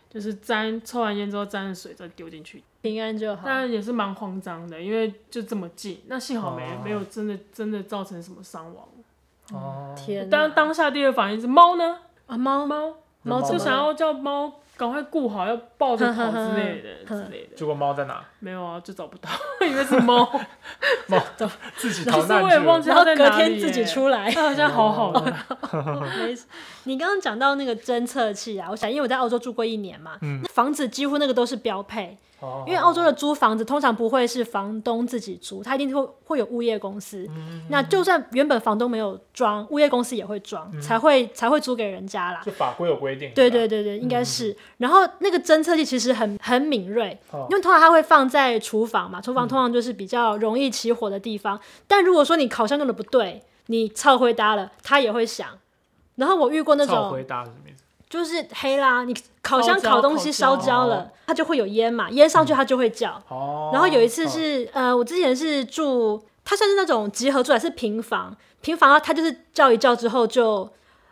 Speaker 2: 就是沾抽完烟之后沾了水再丢进去，
Speaker 4: 平安就好。
Speaker 2: 但也是蛮慌张的，因为就这么近，那幸好没、
Speaker 3: 哦
Speaker 2: 没有真的真的造成什么伤亡。
Speaker 3: 哦，
Speaker 4: 天哪，
Speaker 2: 当当下第二反应是猫呢，
Speaker 4: 啊嗯猫
Speaker 2: 猫
Speaker 3: 猫
Speaker 2: 就
Speaker 3: 呢
Speaker 2: 想要叫猫赶快顾好，要抱着跑之类的
Speaker 4: 哼
Speaker 2: 之类的。
Speaker 3: 结果猫在 哪？
Speaker 2: 没有啊，就找不到，以为是猫。
Speaker 3: 自己
Speaker 2: 其
Speaker 3: 逃
Speaker 2: 实
Speaker 3: 难
Speaker 2: 我也
Speaker 3: 去
Speaker 2: 忘
Speaker 3: 了。
Speaker 2: 记
Speaker 4: 然后
Speaker 2: 它在
Speaker 4: 隔
Speaker 2: 哪里耶
Speaker 4: 天自己 出来。
Speaker 2: 它好像好好的，
Speaker 4: 没事，你刚刚讲到那个侦测器啊，我想因为我在澳洲住过一年嘛，那房子几乎那个都是标配，
Speaker 3: 哦
Speaker 4: 因为澳洲的租房子通常不会是房东自己租，他一定会会有物业公司。那就算原本房东没有装，物业公司也会装，才会才会租给人家啦。
Speaker 3: 就法规有规定。
Speaker 4: 对
Speaker 3: 是吧啊
Speaker 4: 对，对对，应该是。然后那个侦测器其实很很敏锐，
Speaker 3: 哦
Speaker 4: 因为通常它会放在厨房
Speaker 2: 嗯
Speaker 4: 嘛，厨房通常就是比较容易起火的地方。但如果说你烤箱用的不对，你超回答了，它也会响。然后我遇过那
Speaker 3: 超
Speaker 4: 种
Speaker 3: 回答是什么意思？
Speaker 4: 就是黑啦，你烤箱
Speaker 2: 烧焦
Speaker 4: 烤东西烧
Speaker 2: 烤焦
Speaker 4: 焦了，它就会有烟嘛，烟上去它就会叫。
Speaker 3: 哦，
Speaker 4: 然后有一次
Speaker 3: 哦
Speaker 4: 是呃，我之前是住，它算是那种集合住宅，是平房，平房啊，它就是叫一叫之后就。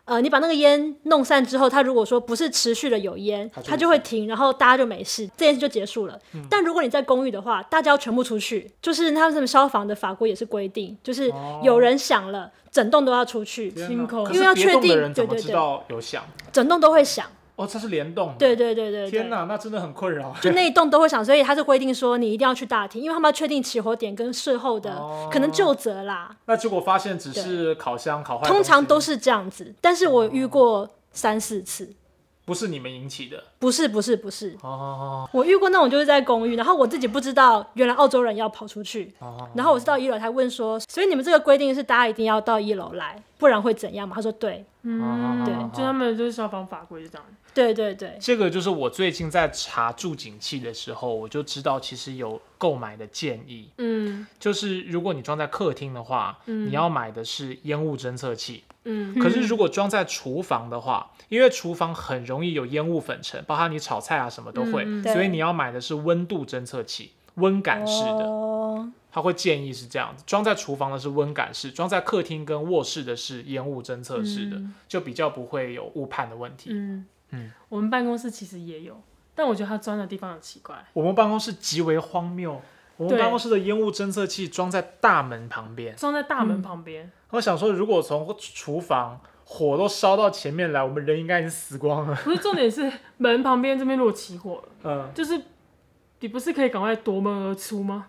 Speaker 4: 呃，你把那个烟弄散之后，它如果说不是持续的有烟
Speaker 3: 它，就嗯
Speaker 4: 它就会停，然后大家就没事，这件事就结束了。但如果你在公寓的话，大家要全部出去，就是他们消防的法规也是规定，就是
Speaker 3: 哦
Speaker 4: 有人响了，整栋都要出去，
Speaker 3: 天哪
Speaker 2: 清空
Speaker 3: 可
Speaker 4: 因为
Speaker 3: 是
Speaker 4: 要
Speaker 3: 别
Speaker 4: 确
Speaker 3: 动的
Speaker 4: 定
Speaker 3: 人怎
Speaker 4: 对
Speaker 3: 么
Speaker 4: 对
Speaker 3: 知
Speaker 4: 对
Speaker 3: 道有响？
Speaker 4: 整栋都会响。
Speaker 3: 哦，这是联动的。
Speaker 4: 对对对对对，
Speaker 3: 天哪，那真的很困扰。
Speaker 4: 就那一栋都会想，所以他是规定说你一定要去大厅，因为他们要确定起火点跟事后的、
Speaker 3: 哦
Speaker 4: 可能就责啦，
Speaker 3: 那结果发现只是烤箱烤坏东西，
Speaker 4: 通常都是这样子。但是我遇过三四次，
Speaker 3: 不是你们引起的。
Speaker 4: 不是不是不是，
Speaker 3: 哦
Speaker 4: 我遇过那种就是在公寓，然后我自己不知道原来澳洲人要跑出去，
Speaker 3: 哦，
Speaker 4: 然后我是到一楼才问说，所以你们这个规定是大家一定要到一楼来，不然会怎样嘛？他说对
Speaker 2: 嗯，
Speaker 3: 对
Speaker 2: 就他们就是消防法规就这样。
Speaker 4: 对对对，
Speaker 3: 这个就是我最近在查住景器的时候，我就知道其实有购买的建议，
Speaker 2: 嗯
Speaker 3: 就是如果你装在客厅的话，你要买的是烟雾侦测器。
Speaker 2: 嗯
Speaker 3: 可是如果装在厨房的话，因为厨房很容易有烟雾粉尘，包括你炒菜啊什么都会，
Speaker 2: 嗯
Speaker 4: 嗯
Speaker 3: 所以
Speaker 4: 对
Speaker 3: 你要买的是温度侦测器，温感式的。
Speaker 4: 哦，
Speaker 3: 他会建议是这样子，装在厨房的是温感式，装在客厅跟卧室的是烟雾侦测式的，就比较不会有误判的问题。
Speaker 2: 嗯
Speaker 3: 嗯
Speaker 2: 嗯，我们办公室其实也有，但我觉得它装的地方很奇怪。
Speaker 3: 我们办公室极为荒谬，我们
Speaker 2: 对
Speaker 3: 办公室的烟雾侦测器装在大门旁边。
Speaker 2: 装在
Speaker 3: 嗯
Speaker 2: 大门旁边，
Speaker 3: 我想说，如果从厨房火都烧到前面来，我们人应该已经死 光了。
Speaker 2: 不是重点是门旁边这边如果起火了，
Speaker 3: 嗯，
Speaker 2: 就是你不是可以赶快夺门而出吗？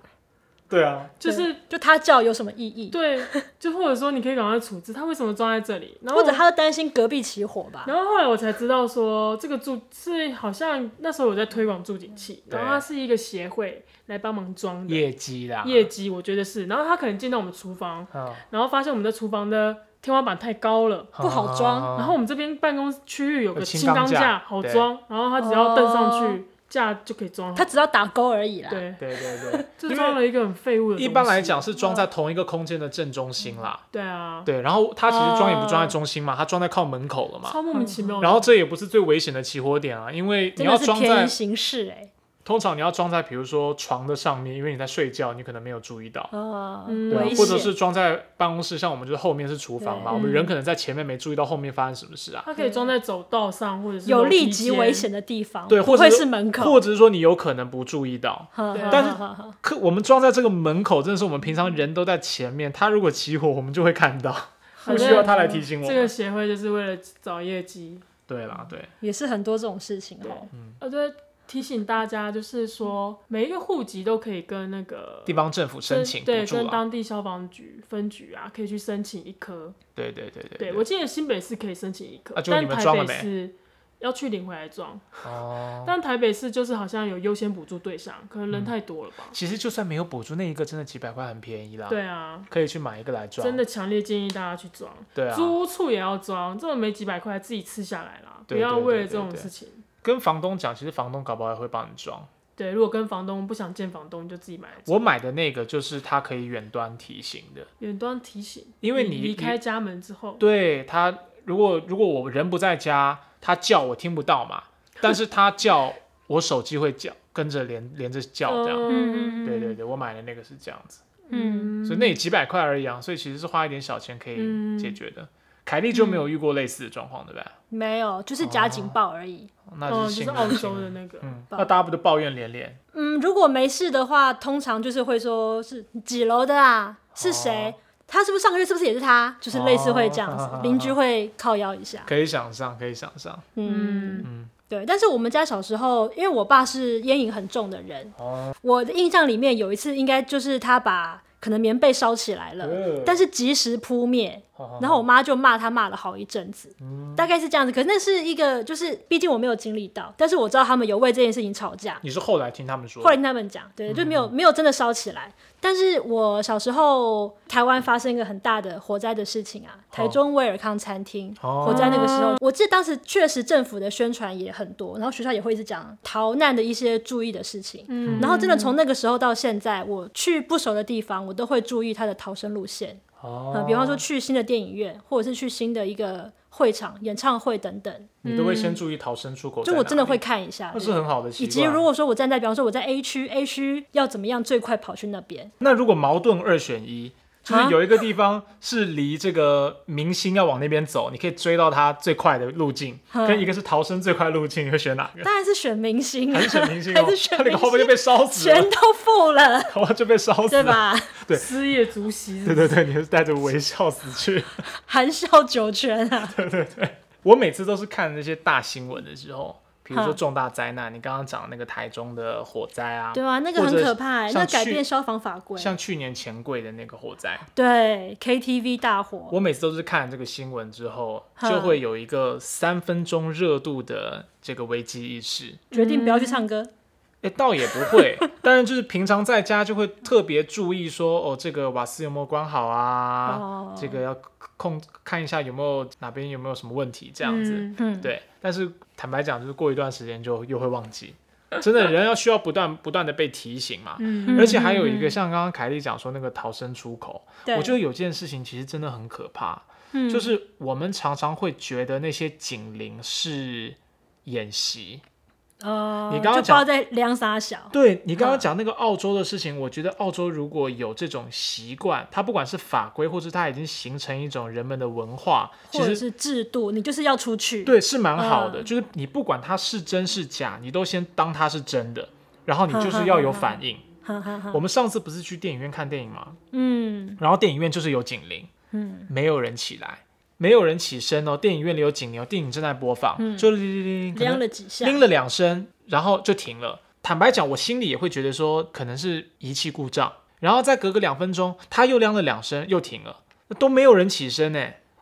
Speaker 3: 对啊，
Speaker 2: 就是
Speaker 4: 就他叫有什么意义？
Speaker 2: 对，就或者说你可以赶快处置，他为什么装在这
Speaker 3: 啊
Speaker 2: 里？然后
Speaker 4: 或者他就担心隔壁起火吧？
Speaker 3: 哦
Speaker 2: 然后后来我才知道说，这个助是好像那时候有在推广助警器，
Speaker 3: 对
Speaker 2: 然后它是一个协会来帮忙装的
Speaker 3: 业啊绩啦，
Speaker 2: 业绩，我觉得是。然后他可能进到我们厨房，
Speaker 3: 嗯，
Speaker 2: 然后发现我们的厨房的天花板太高了，
Speaker 4: 不好装
Speaker 2: 然后我们这边办公区域有个
Speaker 3: 哦有轻
Speaker 2: 轻钢
Speaker 3: 钢架
Speaker 2: 架好
Speaker 3: 对
Speaker 2: 装，然后他只要蹬上
Speaker 4: 哦
Speaker 2: 去架就可以装好
Speaker 4: 他。只要打勾而已啦。
Speaker 2: 对，
Speaker 3: 对对对，
Speaker 2: 就装了一个很废物的。
Speaker 3: 一般来讲，是装在同一个空间的正中心啦。
Speaker 2: 对啊，
Speaker 3: 对，然后它其实装也不装在中心嘛，它装在靠门口了嘛。
Speaker 2: 超莫名其妙的。
Speaker 3: 然后这也不是最危险的起火点啊，因为你
Speaker 4: 真
Speaker 3: 要
Speaker 4: 的是
Speaker 3: 装
Speaker 4: 便
Speaker 3: 在
Speaker 4: 宜行事哎、
Speaker 3: 通常你要装在比如说床的上面，因为你在睡觉，你可能没有注意到。
Speaker 4: 呃，
Speaker 2: 嗯
Speaker 3: 对啊
Speaker 4: 危，
Speaker 3: 或者
Speaker 4: 险。
Speaker 3: 是装在办公室，像我们就是后面是厨房嘛，
Speaker 4: 对
Speaker 3: 我们人可能在前面没注意到后面发生什么事啊，
Speaker 2: 它可以装在走道上，或者是
Speaker 4: 有
Speaker 2: 楼梯
Speaker 4: 立即
Speaker 2: 间
Speaker 4: 危。险的地方，
Speaker 3: 对
Speaker 4: 不
Speaker 3: 或者
Speaker 4: 会
Speaker 3: 是
Speaker 4: 是门口，
Speaker 3: 或者是说你有可能不注意到。
Speaker 4: 呵呵
Speaker 2: 但是
Speaker 4: 呵呵
Speaker 3: 可我们装在这个门口，真的是我们平常人都在前面，它如果起火，我们就会 看到，
Speaker 2: 反
Speaker 3: 不
Speaker 2: 正
Speaker 3: 需要它来提醒我
Speaker 2: 这个
Speaker 3: 们。
Speaker 2: 协会就是为了找业绩。
Speaker 3: 对啦，对，
Speaker 4: 也是很多这种事情
Speaker 2: 对
Speaker 4: 哦。，
Speaker 2: 呃，对，提醒大家就是说，每一个户籍都可以跟那个
Speaker 3: 地方政府申请补
Speaker 2: 对，
Speaker 3: 助
Speaker 2: 跟
Speaker 3: 啊，
Speaker 2: 当地消防局分局啊，可以去申请一颗。
Speaker 3: 对对对对
Speaker 2: 对我记得新北市可以申请一颗，
Speaker 3: 啊就你
Speaker 2: 但
Speaker 3: 们
Speaker 2: 台
Speaker 3: 装了
Speaker 2: 北
Speaker 3: 没
Speaker 2: 市要去领回来装。
Speaker 3: 哦，
Speaker 2: 但台北市就是好像有优先补助对象，可
Speaker 3: 嗯
Speaker 2: 能人太多了吧？
Speaker 3: 其实就算没有补助，那一个真的几百块很便宜啦，
Speaker 2: 对啊，
Speaker 3: 可以去买一个来装，
Speaker 2: 真的强烈建议大家去装。
Speaker 3: 对啊，
Speaker 2: 租屋处也要装，这种没几百块自己吃下来啦，不
Speaker 3: 对
Speaker 2: 要
Speaker 3: 对对
Speaker 2: 为了
Speaker 3: 对
Speaker 2: 这种
Speaker 3: 对
Speaker 2: 事情。
Speaker 3: 跟房东讲，其实房东搞不好也会帮你装。
Speaker 2: 对，如果跟房东不想见房东，你就自己买来装。
Speaker 3: 我买的那个就是它可以远端提醒的，
Speaker 2: 远端提醒，
Speaker 3: 因为
Speaker 2: 你
Speaker 3: 你
Speaker 2: 离开家门之后，
Speaker 3: 对它，如果如果我人不在家，它叫我听不到嘛，但是它叫我手机会叫，跟着连连着叫这样。
Speaker 2: 嗯
Speaker 4: 嗯
Speaker 3: 对对对，我买的那个是这样子，
Speaker 4: 嗯，
Speaker 3: 所以那也几百块而已啊，所以其实是花一点小钱可以
Speaker 2: 嗯
Speaker 3: 解决的。凯莉就没
Speaker 4: 嗯
Speaker 3: 有遇过类似的状况，对吧？
Speaker 4: 没有，就是假
Speaker 3: 哦
Speaker 4: 警报而已。
Speaker 3: 那
Speaker 2: 哦，
Speaker 3: 就
Speaker 2: 就是是
Speaker 3: 幸运
Speaker 2: 澳
Speaker 3: 幸
Speaker 2: 洲
Speaker 3: 运
Speaker 2: 的那个，
Speaker 3: 嗯，
Speaker 4: 报
Speaker 3: 那大家不都抱怨连连？
Speaker 4: 嗯，如果没事的话，通常就是会说是几楼的啊，是谁？他是不是上个月是不是也是他？就是类似会这样
Speaker 3: 哦
Speaker 4: 子，邻居会靠腰一下。
Speaker 3: 可以想象，可以想象。
Speaker 4: 嗯，
Speaker 2: 嗯，
Speaker 4: 对。但是我们家小时候，因为我爸是烟瘾很重的人，我的印象里面有一次应该就是他把可能棉被烧起来了，
Speaker 3: 哦
Speaker 4: 但是及时扑灭，然后我妈就骂他骂了好一阵子，大概是这样子。可是那是一个，就是毕竟我没有经历到，但是我知道他们有为这件事情吵架。
Speaker 3: 你是后来听他们说嗯
Speaker 4: 后来
Speaker 3: 的，
Speaker 4: 听他们讲，对，就没有、没有真的烧起来。但是我小时候台湾发生一个很大的火灾的事情啊，台中威尔康餐厅、
Speaker 3: 哦
Speaker 4: 火灾那个时候，我记得当时确实政府的宣传也很多，然后学校也会一直讲逃难的一些注意的事情。
Speaker 2: 嗯
Speaker 4: 然后真的从那个时候到现在，我去不熟的地方，我都会注意它的逃生路线。
Speaker 3: 哦
Speaker 4: 呃，比方说去新的电影院，或者是去新的一个会场、演唱会等等，
Speaker 3: 你都会先注意逃生出口在
Speaker 4: 就
Speaker 3: 哪里，
Speaker 4: 我真的会看一下
Speaker 3: 那。是很好的习
Speaker 4: 以
Speaker 3: 惯。啊
Speaker 4: 及如果说我站在，比方说我在 A 区，A 区要怎么样最快跑去那 边？
Speaker 3: 那如果矛盾二选一，就是
Speaker 4: 啊
Speaker 3: 有一个地方是离这个明星要往那边走，你可以追到他最快的路径，
Speaker 4: 嗯
Speaker 3: 跟一个是逃生最快路径，你会选 哪个？
Speaker 4: 当然是选明星啊
Speaker 3: 还是，选明星哦
Speaker 4: 还是？选
Speaker 3: 他那
Speaker 4: 明
Speaker 3: 个后面就
Speaker 4: 星，
Speaker 3: 被烧死
Speaker 4: 全
Speaker 3: 了，
Speaker 4: 都付了，
Speaker 3: 后面就被烧死
Speaker 4: 对
Speaker 3: 了。
Speaker 4: 吧？
Speaker 3: 对
Speaker 2: 失业足席，
Speaker 3: 对对对，你是带着微笑死去。
Speaker 4: 含笑九 泉啊，
Speaker 3: 我每次都是看那些大新闻的时
Speaker 4: 啊
Speaker 3: 候，比如说
Speaker 4: 哈
Speaker 3: 重大灾难，你刚刚讲的那个台中的火灾啊，
Speaker 4: 对啊，那个很可
Speaker 3: 或
Speaker 4: 怕、
Speaker 3: 者
Speaker 4: 欸，
Speaker 3: 像
Speaker 4: 那改
Speaker 3: 去
Speaker 4: 变消防法规，
Speaker 3: 像去年钱柜的那个火灾，
Speaker 4: 对 KTV 大火，
Speaker 3: 我每次都是看这个新闻之后，
Speaker 4: 哈
Speaker 3: 就会有一个三分钟热度的这个危机意识。
Speaker 4: 决定不要去唱歌。
Speaker 3: 哎，倒也不会， 当然就是平常在家就会特别注意说，哦，这个瓦斯有没有关好啊？
Speaker 4: 哦
Speaker 3: 这个要控看一下有没有哪边有没有什么问题
Speaker 2: 这
Speaker 3: 这样子。
Speaker 4: 嗯，
Speaker 3: 对，但是坦白讲，就是过一段时间就又会忘记。真的，人要需要不断不断的被提醒嘛。
Speaker 2: 嗯
Speaker 3: 而且还有一个，像刚刚凯莉讲说那个逃生出口，
Speaker 4: 对，
Speaker 3: 我觉得有件事情其实真的很可怕。
Speaker 4: 嗯
Speaker 3: 就是我们常常会觉得那些警铃是演习。
Speaker 4: 哦，
Speaker 3: 你刚刚
Speaker 4: 就不知道
Speaker 3: 讲
Speaker 4: 在量啥小，
Speaker 3: 对你
Speaker 4: 嗯
Speaker 3: 刚刚讲那个澳洲的事情，我觉得澳洲如果有这种习惯，它不管是法规，或是它已经形成一种人们的文化，其
Speaker 4: 或者
Speaker 3: 实
Speaker 4: 是制度，你就是要出去。，
Speaker 3: 对是蛮好的。
Speaker 4: 嗯
Speaker 3: 就是你不管它是真是假，你都先当它是真的，然后你就是要有反应。
Speaker 4: 哈哈哈。
Speaker 3: 我们上次不是去电影院看电影吗？
Speaker 4: 嗯
Speaker 3: 然后电影院就是有警铃，
Speaker 4: 嗯，
Speaker 3: 没有人起来，没有人起身哦。电影院里有警铃哦，电影正在播放，就铃铃铃铃，可能
Speaker 4: 嗯量了几下，
Speaker 3: 拎了两声，然后就停了。坦白讲，我心里也会觉得说，可能是仪器故障，然后再隔个两分钟，他又亮了两声，又停了，都没有人起身呢。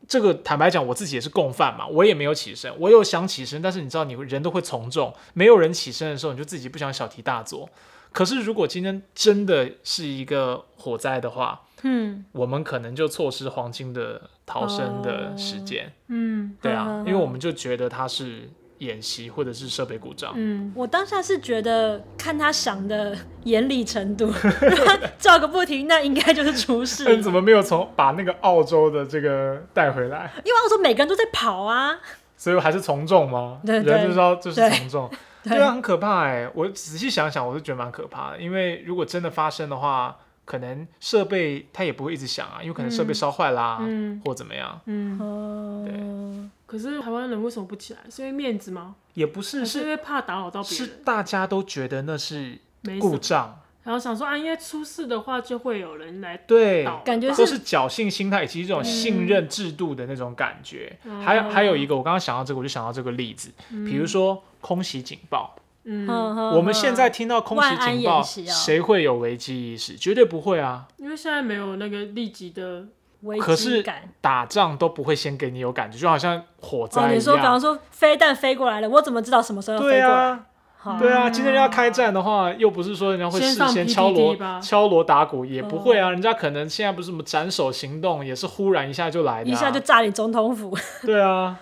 Speaker 3: 这个坦白讲，我自己也是共犯嘛，我也没有起身，我有想起身，但是你知道，你人都会从众，没有人起身的时候，你就自己不想小题大做。可是如果今天真的是一个火灾的话，
Speaker 4: 嗯，
Speaker 3: 我们可能就错失黄金的逃生的时间。
Speaker 2: 嗯
Speaker 3: 对
Speaker 4: 嗯
Speaker 3: 啊
Speaker 4: 嗯，嗯
Speaker 3: 因为我们就觉得它是演习或者是设备故障。
Speaker 2: 嗯，
Speaker 4: 我当下是觉得看他想的严厉 程度，如果他叫个不停，那应该就是出事。
Speaker 3: 但嗯怎么没有从把那个澳洲的这个带回来？
Speaker 4: 因为澳洲每个人都在跑啊，
Speaker 3: 所以还是从众吗？
Speaker 4: 对对
Speaker 3: 人就知道就是
Speaker 4: 对
Speaker 3: 从众，
Speaker 4: 对
Speaker 3: 对啊，很可怕哎、我仔细想想，我是觉得蛮可怕的，因为如果真的发生的话，可能设备它也不会一直响啊，因为可能设备
Speaker 2: 嗯
Speaker 3: 烧坏啦，
Speaker 2: 嗯
Speaker 3: 或怎么样，
Speaker 2: 嗯，
Speaker 4: 哦，
Speaker 2: 可是台湾人为什么不起来？是因为面子吗？
Speaker 3: 也不是
Speaker 2: 还是因
Speaker 3: 是
Speaker 2: 为怕打扰到别
Speaker 3: 是
Speaker 2: 人？
Speaker 3: 大家都觉得那是
Speaker 2: 没什
Speaker 3: 故
Speaker 2: 么，
Speaker 3: 障，
Speaker 2: 然后想说啊，因为出事的话就会有人来
Speaker 3: 对，
Speaker 2: 倒，
Speaker 4: 感觉
Speaker 3: 都是侥幸心态以及一种
Speaker 4: 嗯
Speaker 3: 信任制度的那种感觉。
Speaker 4: 哦
Speaker 3: 还有还有一个，我刚刚想到这个，我就想到这个例子，比如说空袭警报。
Speaker 2: 嗯，
Speaker 4: 嗯
Speaker 3: 我们现在听到空袭
Speaker 4: 万安
Speaker 3: 警
Speaker 4: 演
Speaker 3: 报，
Speaker 4: 习哦
Speaker 3: 谁会有危机意识？绝对不会啊！
Speaker 2: 因为现在没有那个立即的，
Speaker 4: 嗯危
Speaker 3: 可
Speaker 4: 机
Speaker 3: 是
Speaker 4: 感。
Speaker 3: 打仗都不会先给你有感觉，就好像火
Speaker 4: 哦，
Speaker 3: 灾
Speaker 4: 你
Speaker 3: 一
Speaker 4: 说，比方
Speaker 3: 样。
Speaker 4: 说飞弹飞过来了，我怎么知道什么时候要
Speaker 3: 对
Speaker 4: 飞过来？哦
Speaker 3: 啊，
Speaker 4: 好
Speaker 3: 对啊，今天要开战的话，又不是说人家会
Speaker 2: 先
Speaker 3: 事
Speaker 2: 上
Speaker 3: 先
Speaker 2: PDD
Speaker 3: 敲锣
Speaker 2: 吧
Speaker 3: 敲锣打鼓，也不
Speaker 4: 哦
Speaker 3: 会啊。人家可能现在不是什么斩首行动，也是忽然一下就来的啊，
Speaker 4: 一下就炸你总统府。
Speaker 3: 对啊，